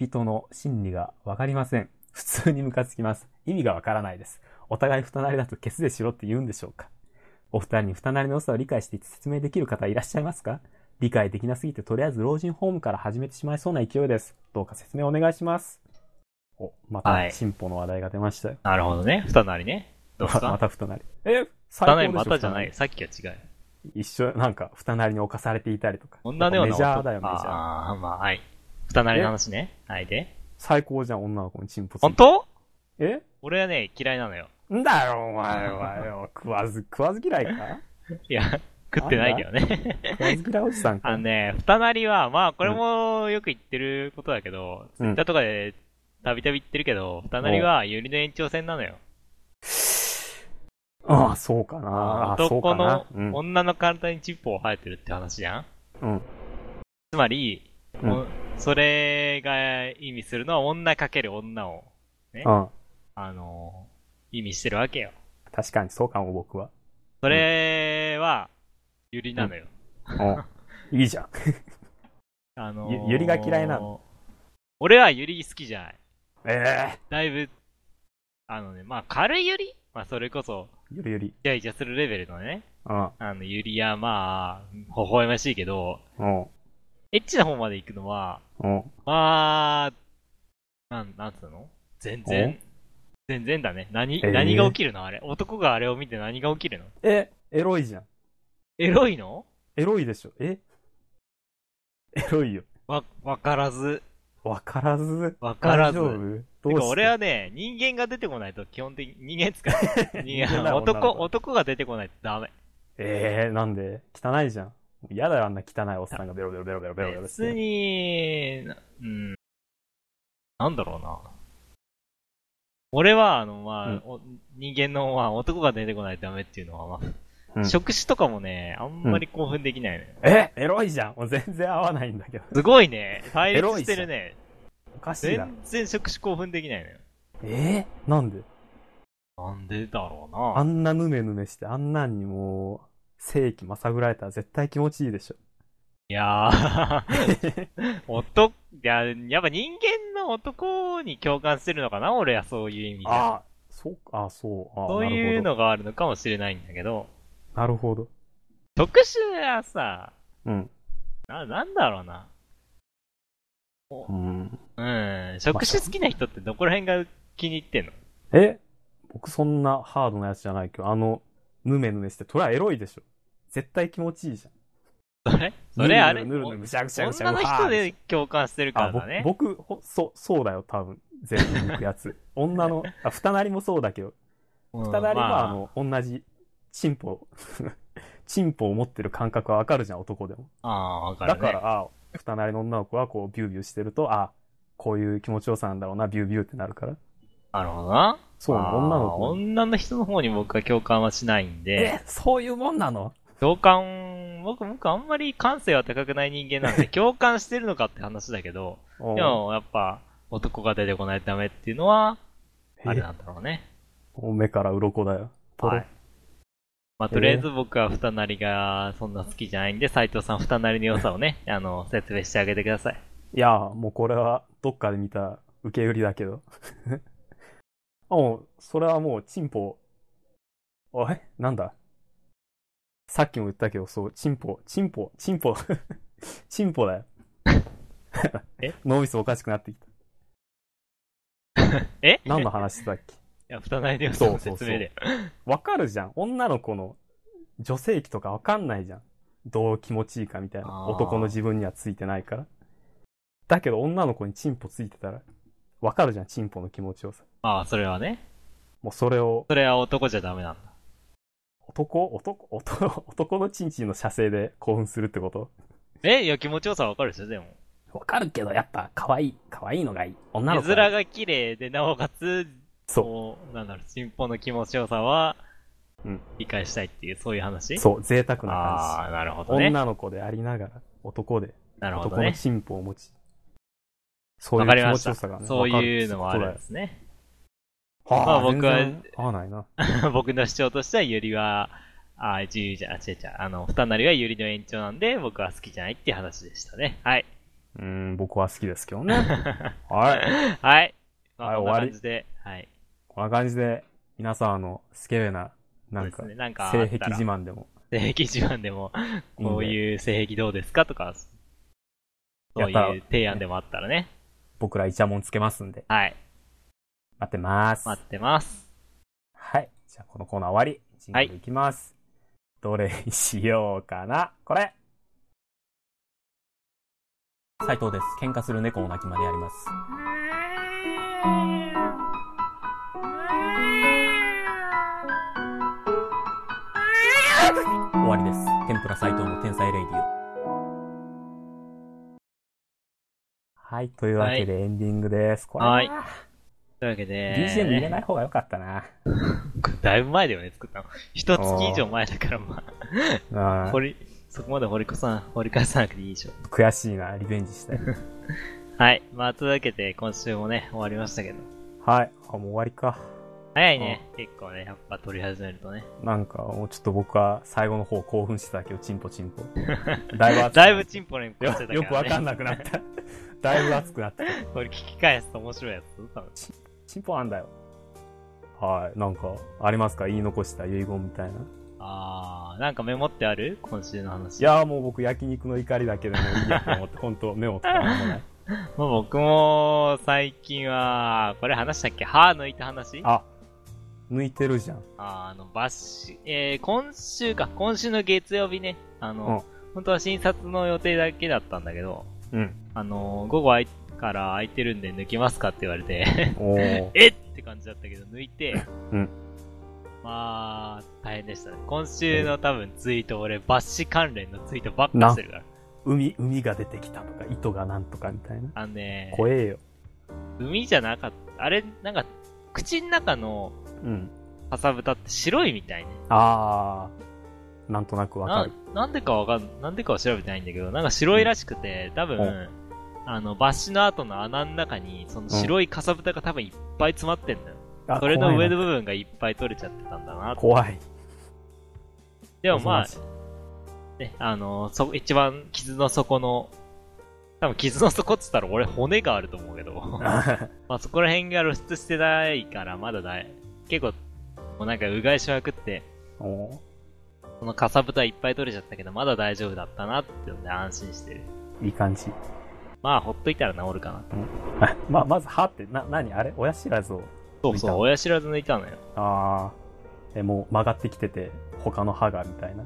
Speaker 1: 人の心理がわかりません。普通にムカつきます。意味がわからないです。お互い二なりだとケスでしろって言うんでしょうかお二人に二なりの良さを理解して説明できる方いらっしゃいますか理解できなすぎてとりあえず老人ホームから始めてしまいそうな勢いです。どうか説明お願いします。お、ま
Speaker 2: はい
Speaker 1: た進歩の話題が出ましたよ。
Speaker 2: なるほどね。二なりね。どうです
Speaker 1: ままた
Speaker 2: か
Speaker 1: 二なり。え、
Speaker 2: 二な
Speaker 1: 最
Speaker 2: り
Speaker 1: 高で
Speaker 2: ま
Speaker 1: しょ
Speaker 2: たじゃな。
Speaker 1: 二
Speaker 2: い。さっきは違う。
Speaker 1: り一緒、なんか二なりに侵されていたりとか。
Speaker 2: 女のような
Speaker 1: メジャーだよ、メジャー。
Speaker 2: ああー、まあ、はい。二なりの話ね。はいで。
Speaker 1: 最高じゃん、女の子にチンポついて
Speaker 2: 本当
Speaker 1: え
Speaker 2: 俺はね、嫌いなのよ。
Speaker 1: んだよ、お前は よ。食わず、食わず嫌いか
Speaker 2: いや、 食ってないけどね。
Speaker 1: 食わず嫌いおじさん
Speaker 2: あ
Speaker 1: か
Speaker 2: の。ね、二なりは、まあ、これもよく言ってることだけど、ツ
Speaker 1: う
Speaker 2: イ
Speaker 1: ん
Speaker 2: ッターとかでたびたび言ってるけど、二なりはユリの延長線なのよ。
Speaker 1: ああ、そうかな。ああ、そう
Speaker 2: 男
Speaker 1: かな
Speaker 2: の。
Speaker 1: うん。
Speaker 2: 女の体にチップを生えてるって話じゃん
Speaker 1: うん
Speaker 2: つまり、
Speaker 1: うん
Speaker 2: おそれが意味するのは女かける女を、
Speaker 1: うん
Speaker 2: あのー意味してるわけよ。
Speaker 1: 確かにそうかも、僕は。
Speaker 2: それは、ユリなのよ。
Speaker 1: うん。い いじゃん。
Speaker 2: あの
Speaker 1: ゆユリが嫌いな
Speaker 2: の俺はユリ好きじゃない。
Speaker 1: ええ
Speaker 2: だいぶ、あのね、まあ軽いユリまあそれこそ、
Speaker 1: ゆりゆり。
Speaker 2: イチャイチャするレベルのね、
Speaker 1: うん。
Speaker 2: あの、ユリやまあ、微笑ましいけど、
Speaker 1: うん。
Speaker 2: エッチな方まで行くのは、
Speaker 1: うん。
Speaker 2: まあ、なん、なんつうの全然、全然だね。何、
Speaker 1: えー
Speaker 2: 何が起きるのあれ。男があれを見て何が起きるの
Speaker 1: え、エロいじゃん。
Speaker 2: エロいの
Speaker 1: エロいでしょ。えエロいよ。
Speaker 2: わ、わからず。
Speaker 1: わからず。
Speaker 2: わからず
Speaker 1: 大丈夫どうして
Speaker 2: てか俺はね、人間が出てこないと基本的に、人間っつうか人
Speaker 1: 間
Speaker 2: 間、
Speaker 1: だ
Speaker 2: 男、
Speaker 1: 女の子
Speaker 2: 男が出てこないとダメ。
Speaker 1: ええなんで汚いじゃん。嫌だよ、あんな汚いおっさんがベロベロベロベロベロベロ
Speaker 2: 普
Speaker 1: して
Speaker 2: 通に、なうん。なんだろうな。俺は、あの、まあ、
Speaker 1: うん
Speaker 2: お人間の、まあ、男が出てこないとダメっていうのは、まあ、
Speaker 1: うん
Speaker 2: 触手とかもね、あんまり興奮できないのよ。
Speaker 1: えエロいじゃん。もう全然合わないんだけど。
Speaker 2: すごいね。対
Speaker 1: エ
Speaker 2: 立
Speaker 1: ロいっ
Speaker 2: し
Speaker 1: す
Speaker 2: て
Speaker 1: よ
Speaker 2: るね。
Speaker 1: おかしいな
Speaker 2: 全。然触手興奮できないのよ。
Speaker 1: えーなんで
Speaker 2: なんでだろう
Speaker 1: あ
Speaker 2: な。
Speaker 1: んなヌメヌメして、あんなんにもう、世紀まさぐられたら絶対気持ちいいでしょ。
Speaker 2: いやー。 男、いや、やっぱ人間の男に共感してるのかな俺はそういう意味で。
Speaker 1: ああ、そうか、あ、そう。あ
Speaker 2: そういうのがあるのかもしれないんだけど、
Speaker 1: なるほど。
Speaker 2: 特集はさ、
Speaker 1: なるほど。
Speaker 2: な、なんだろうな。
Speaker 1: うん。うん。
Speaker 2: うん、職種好きな人ってどこら辺が気に入ってんの
Speaker 1: え僕そんなハードなやつじゃないけど、あの、ヌメヌメして、トラエロいでしょ。絶対気持ちいいじゃん。
Speaker 2: それそれあれ
Speaker 1: ぬるぬるぬるぬるぐしゃぐしゃぐしゃ
Speaker 2: 女の
Speaker 1: うわー
Speaker 2: 人で共感してるか
Speaker 1: あ、
Speaker 2: らだね。
Speaker 1: ぼ僕、ほそう、そうだよ、多分。全部行くや つ。女の、あ、二なりもそうだけど、
Speaker 2: うん
Speaker 1: 二なりは、あ
Speaker 2: ま
Speaker 1: の、同じ、チンポ、 チンポを持ってる感覚はわかるじゃん、男でも。
Speaker 2: ああ、わかる、
Speaker 1: だ
Speaker 2: ね。
Speaker 1: から、あ、二なりの女の子はこう、ビュービューしてると、あ、こういう気持ちよさなんだろうな、ビュービューってなるから。
Speaker 2: なるほどな。
Speaker 1: そうなの、女の
Speaker 2: あー
Speaker 1: 子に。
Speaker 2: 女の人の方に僕は共感はしないんで、
Speaker 1: え、そういうもんなの
Speaker 2: 共感、僕、僕あんまり感性は高くない人間 なんで、共感してるのかって話だけど、
Speaker 1: おう
Speaker 2: でもやっぱ、男が出てこないとダメっていうのは、
Speaker 1: え
Speaker 2: あれなんだろうね。
Speaker 1: お目から鱗だよ。ポロ
Speaker 2: はい。まあ、とりあえず僕は二なりがそんな好きじゃないんで、斉藤さん二なりの良さ をね、あの、説明してあげてください。
Speaker 1: いやー、もうこれはどっかで見た受け売りだけど。 もう、それはもう、チンポ、おい、なんださっきも言ったけど、そう、チンポ、チンポ、チンポ、 チンポだよ。
Speaker 2: え
Speaker 1: 脳みそおかしくなってきた。
Speaker 2: え
Speaker 1: 何の話してたっけ
Speaker 2: いや、二なりの良さの
Speaker 1: そう
Speaker 2: 説
Speaker 1: そうそう
Speaker 2: 明で。
Speaker 1: わかるじゃん。女の子の女性器とかわかんないじゃん。どう気持ちいいかみたいな。
Speaker 2: あー
Speaker 1: 男の自分にはついてないから。だけど女の子にチンポついてたら、わかるじゃん、チンポの気持ちよさ。
Speaker 2: まあ、それはね。
Speaker 1: もうそれを、
Speaker 2: それは男じゃダメなんだ。
Speaker 1: 男、男、男、 男のチンチンの射精で興奮するってこと
Speaker 2: えいや、気持ちよさはわかるでしょ、でも。
Speaker 1: わかるけど、やっぱ、可愛い、可愛いのがいい。女
Speaker 2: 絵
Speaker 1: の子
Speaker 2: 面
Speaker 1: いい。
Speaker 2: が綺麗で、なおかつ、
Speaker 1: そ
Speaker 2: こう、なんだろう、進歩の気持ちよさは、
Speaker 1: うん
Speaker 2: 理解したいっていう、そういう話
Speaker 1: う、そう、贅沢な
Speaker 2: ああ、なるほど
Speaker 1: 感じ。
Speaker 2: ね。
Speaker 1: 女の子でありながら、男で、
Speaker 2: なるほど
Speaker 1: 男の
Speaker 2: ね。
Speaker 1: チンポを持ち。そうい
Speaker 2: わ
Speaker 1: う
Speaker 2: かり
Speaker 1: 気
Speaker 2: ま
Speaker 1: 持
Speaker 2: し
Speaker 1: ちよ
Speaker 2: た。
Speaker 1: さがね、
Speaker 2: そう
Speaker 1: わかる
Speaker 2: いうのもあるん
Speaker 1: って
Speaker 2: で
Speaker 1: こ
Speaker 2: すね。
Speaker 1: とだよ。
Speaker 2: まあ
Speaker 1: はあ、
Speaker 2: 僕は
Speaker 1: 全然合わないな。
Speaker 2: 僕の主張としては、ゆりは、あー、じじゃ、あ、違う違う、あの、二なりはゆりの延長なんで、僕は好きじゃないっていう話でした ね。はい。
Speaker 1: うーん、僕は好きですけどね。 はい。
Speaker 2: はい。ま
Speaker 1: はい
Speaker 2: あ、こ
Speaker 1: 終
Speaker 2: んな
Speaker 1: わり
Speaker 2: 感じで、はい。
Speaker 1: こんな感じで、皆さん、あの、スケベな、な
Speaker 2: そうんで
Speaker 1: か、
Speaker 2: すね。なんかあったら、
Speaker 1: 性癖自慢でも、
Speaker 2: 性癖自慢でも、
Speaker 1: いいんで
Speaker 2: こういう性癖どうですかとか、そうい
Speaker 1: やった
Speaker 2: う提案でもあったらね。
Speaker 1: 僕らイチャモンつけますんで、
Speaker 2: はい。
Speaker 1: 待ってます。
Speaker 2: 待ってます。
Speaker 1: はい。じゃあ、このコーナー終わり。ジングルいきます。どれにしようかな。これ斉藤です。喧嘩する猫の鳴きまでやります。終わりです。天ぷら斉藤の天才レイディオ。はい。というわけでエンディングです。これ
Speaker 2: はい。というわけで、
Speaker 1: BGM 入れない方が良かったな。
Speaker 2: これだいぶ前だよね、作ったの。一月以上前だから、まあ、
Speaker 1: あー
Speaker 2: 掘り、そこまで掘りこさん、掘り返さなくていいでしょ。
Speaker 1: 悔しいな、リベンジ したい。
Speaker 2: はい。まあ、というわけで、今週もね、終わりましたけど。
Speaker 1: はい。あ、もう終わりか。
Speaker 2: 早いね。結構ね、やっぱ撮り始めるとね。
Speaker 1: なんか、もうちょっと僕は最後の方興奮してたけど、チンポチン ポ。だいぶ熱くなった
Speaker 2: だいぶチンポにこしてたから、
Speaker 1: よ
Speaker 2: ね。
Speaker 1: よくわかんなくな った。だいぶ熱くなった。
Speaker 2: これ聞き返すと面白いやつ多分
Speaker 1: チンポあんだよ。はい。なんか、ありますか言い残した遺言みたいな。
Speaker 2: あー、なんかメモってある今週の話。
Speaker 1: いやーもう僕焼肉の怒りだけでもういいやと思 って、本当メモとかなんもない。
Speaker 2: まあ僕も、最近は、これ話したっけ歯抜いた話あ
Speaker 1: あ、抜いてるじゃん。
Speaker 2: あの、バッシュ、えー、今週か、今週の月曜日ね、あの、本当は診察の予定だけだったんだけど、
Speaker 1: うん。
Speaker 2: あの、午後あいから空いてるんで抜きますかって言わ れて、
Speaker 1: おー。
Speaker 2: えっって感じだったけど、抜いて、
Speaker 1: うん
Speaker 2: まあ、大変でしたね。今週の多分ツイート、俺、バッシュ関連のツイートばっかしてるから。
Speaker 1: 海、海が出てきたとか、糸がなんとかみたいな。
Speaker 2: あのね、
Speaker 1: 怖えよ。
Speaker 2: 海じゃなかった。あれ、なんか、口の中の
Speaker 1: うん。
Speaker 2: かさぶたって白いみたいね。
Speaker 1: あー。なんとなくわか
Speaker 2: な
Speaker 1: る。、
Speaker 2: なんでかわかん、なんでかは調べてないんだけど、なんか白いらしくて、多分、
Speaker 1: うん
Speaker 2: あの、バッシュの後の穴の中に、その白いかさぶたが多分いっぱい詰まってんだよ。
Speaker 1: あ
Speaker 2: それの
Speaker 1: 怖
Speaker 2: 上
Speaker 1: いな
Speaker 2: の部分がいっぱい取れちゃってたんだな。
Speaker 1: 怖い。
Speaker 2: でもま
Speaker 1: 恐ろしい
Speaker 2: あ、ね、あの、そ、一番傷の底の、多分傷の底って言っ たら俺骨があると思うけど、まあそこら辺が露出してないからまだだい、結構、もうなんかうがいしまくって、
Speaker 1: おー
Speaker 2: そのかさぶたいっぱい取れちゃったけど、まだ大丈夫だったなってので安心してる。
Speaker 1: いい感じ。
Speaker 2: まあ、ほっといたら治るかな。
Speaker 1: あまあ、まず、はって、な、なにあれ親知らずを。
Speaker 2: そうそう、親知らず抜いたのよ。
Speaker 1: ああ。え、もう曲がってきてて、他の歯が、みたいな。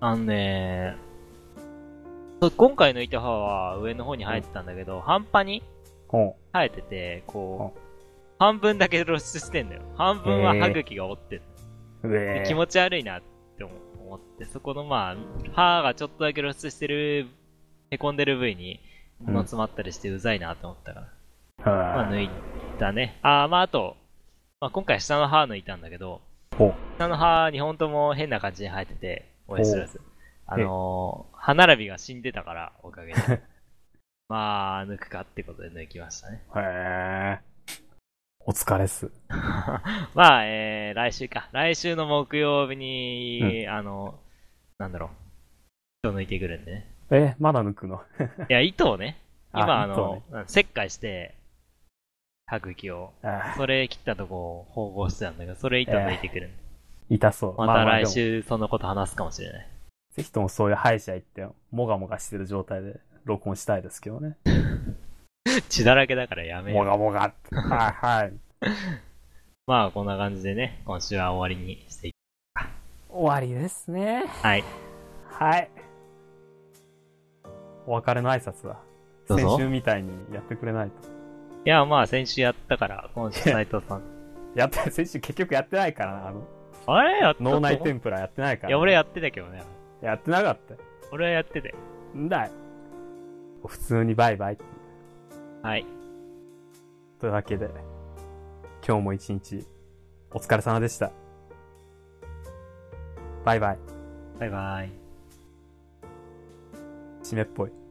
Speaker 2: あのねそう今回抜いた歯は上の方に生えてたんだけど、半端に
Speaker 1: おう
Speaker 2: 生えてて、こう
Speaker 1: う、
Speaker 2: 半分だけ露出してんだよ。半分は歯茎が折ってる。
Speaker 1: うえー
Speaker 2: 気持ち悪いなって思思って、そこのまあ、歯がちょっとだけ露出してる、凹んでる部位に、物詰まったりしてうざいなと思ったから。まあ、
Speaker 1: は
Speaker 2: 抜いたね。あーまあ、あと、まあ、今回下の歯抜いたんだけど、
Speaker 1: い。ほう。
Speaker 2: 下の歯2本とも変な感じに生えてて、親知らず。あのー、歯並びが死んでたから、おか げで。まあ、抜くかってことで抜きましたね。
Speaker 1: へえ。お疲れっす。
Speaker 2: まあ、えー、来週か。来週の木曜日に、あの、なんだろう。糸抜いてくるんでね。
Speaker 1: え、まだ抜くの。
Speaker 2: いや、糸をね、
Speaker 1: あ
Speaker 2: 今、あ
Speaker 1: 糸を
Speaker 2: の
Speaker 1: ね、
Speaker 2: うん切開して、歯茎を、
Speaker 1: あー
Speaker 2: それ切ったとこを縫合してたんだけど、それ糸抜いてくるんで
Speaker 1: 痛そう。
Speaker 2: また
Speaker 1: ああ
Speaker 2: 来。週そのこと話すかもしれない。
Speaker 1: でもぜひともそういう歯医者行って、もがもがしてる状態で録音したいですけど ね。
Speaker 2: 血だらけだからやめよ
Speaker 1: も
Speaker 2: う。
Speaker 1: がもがって。はいはい。
Speaker 2: まあこんな感じでね、今週は終わりにしていき
Speaker 1: 終わりですね。
Speaker 2: はい。
Speaker 1: はい。お別れの挨拶は、
Speaker 2: どうぞ
Speaker 1: 先週みたいにやってくれないと。
Speaker 2: いや、まあ先週やったから、今週斉藤さん。
Speaker 1: やって、先週結局やってないからな。あの、
Speaker 2: あれやったと思
Speaker 1: 脳
Speaker 2: う
Speaker 1: 内天ぷらやってないから、
Speaker 2: いや、俺やってたけどね。
Speaker 1: やってなかったよ。
Speaker 2: 俺はやってて。
Speaker 1: んだい。普通にバイバイ。
Speaker 2: はい。
Speaker 1: というわけで、今日も一日、お疲れ様でした。バイバイ。
Speaker 2: バイバイ。
Speaker 1: 締めっぽい。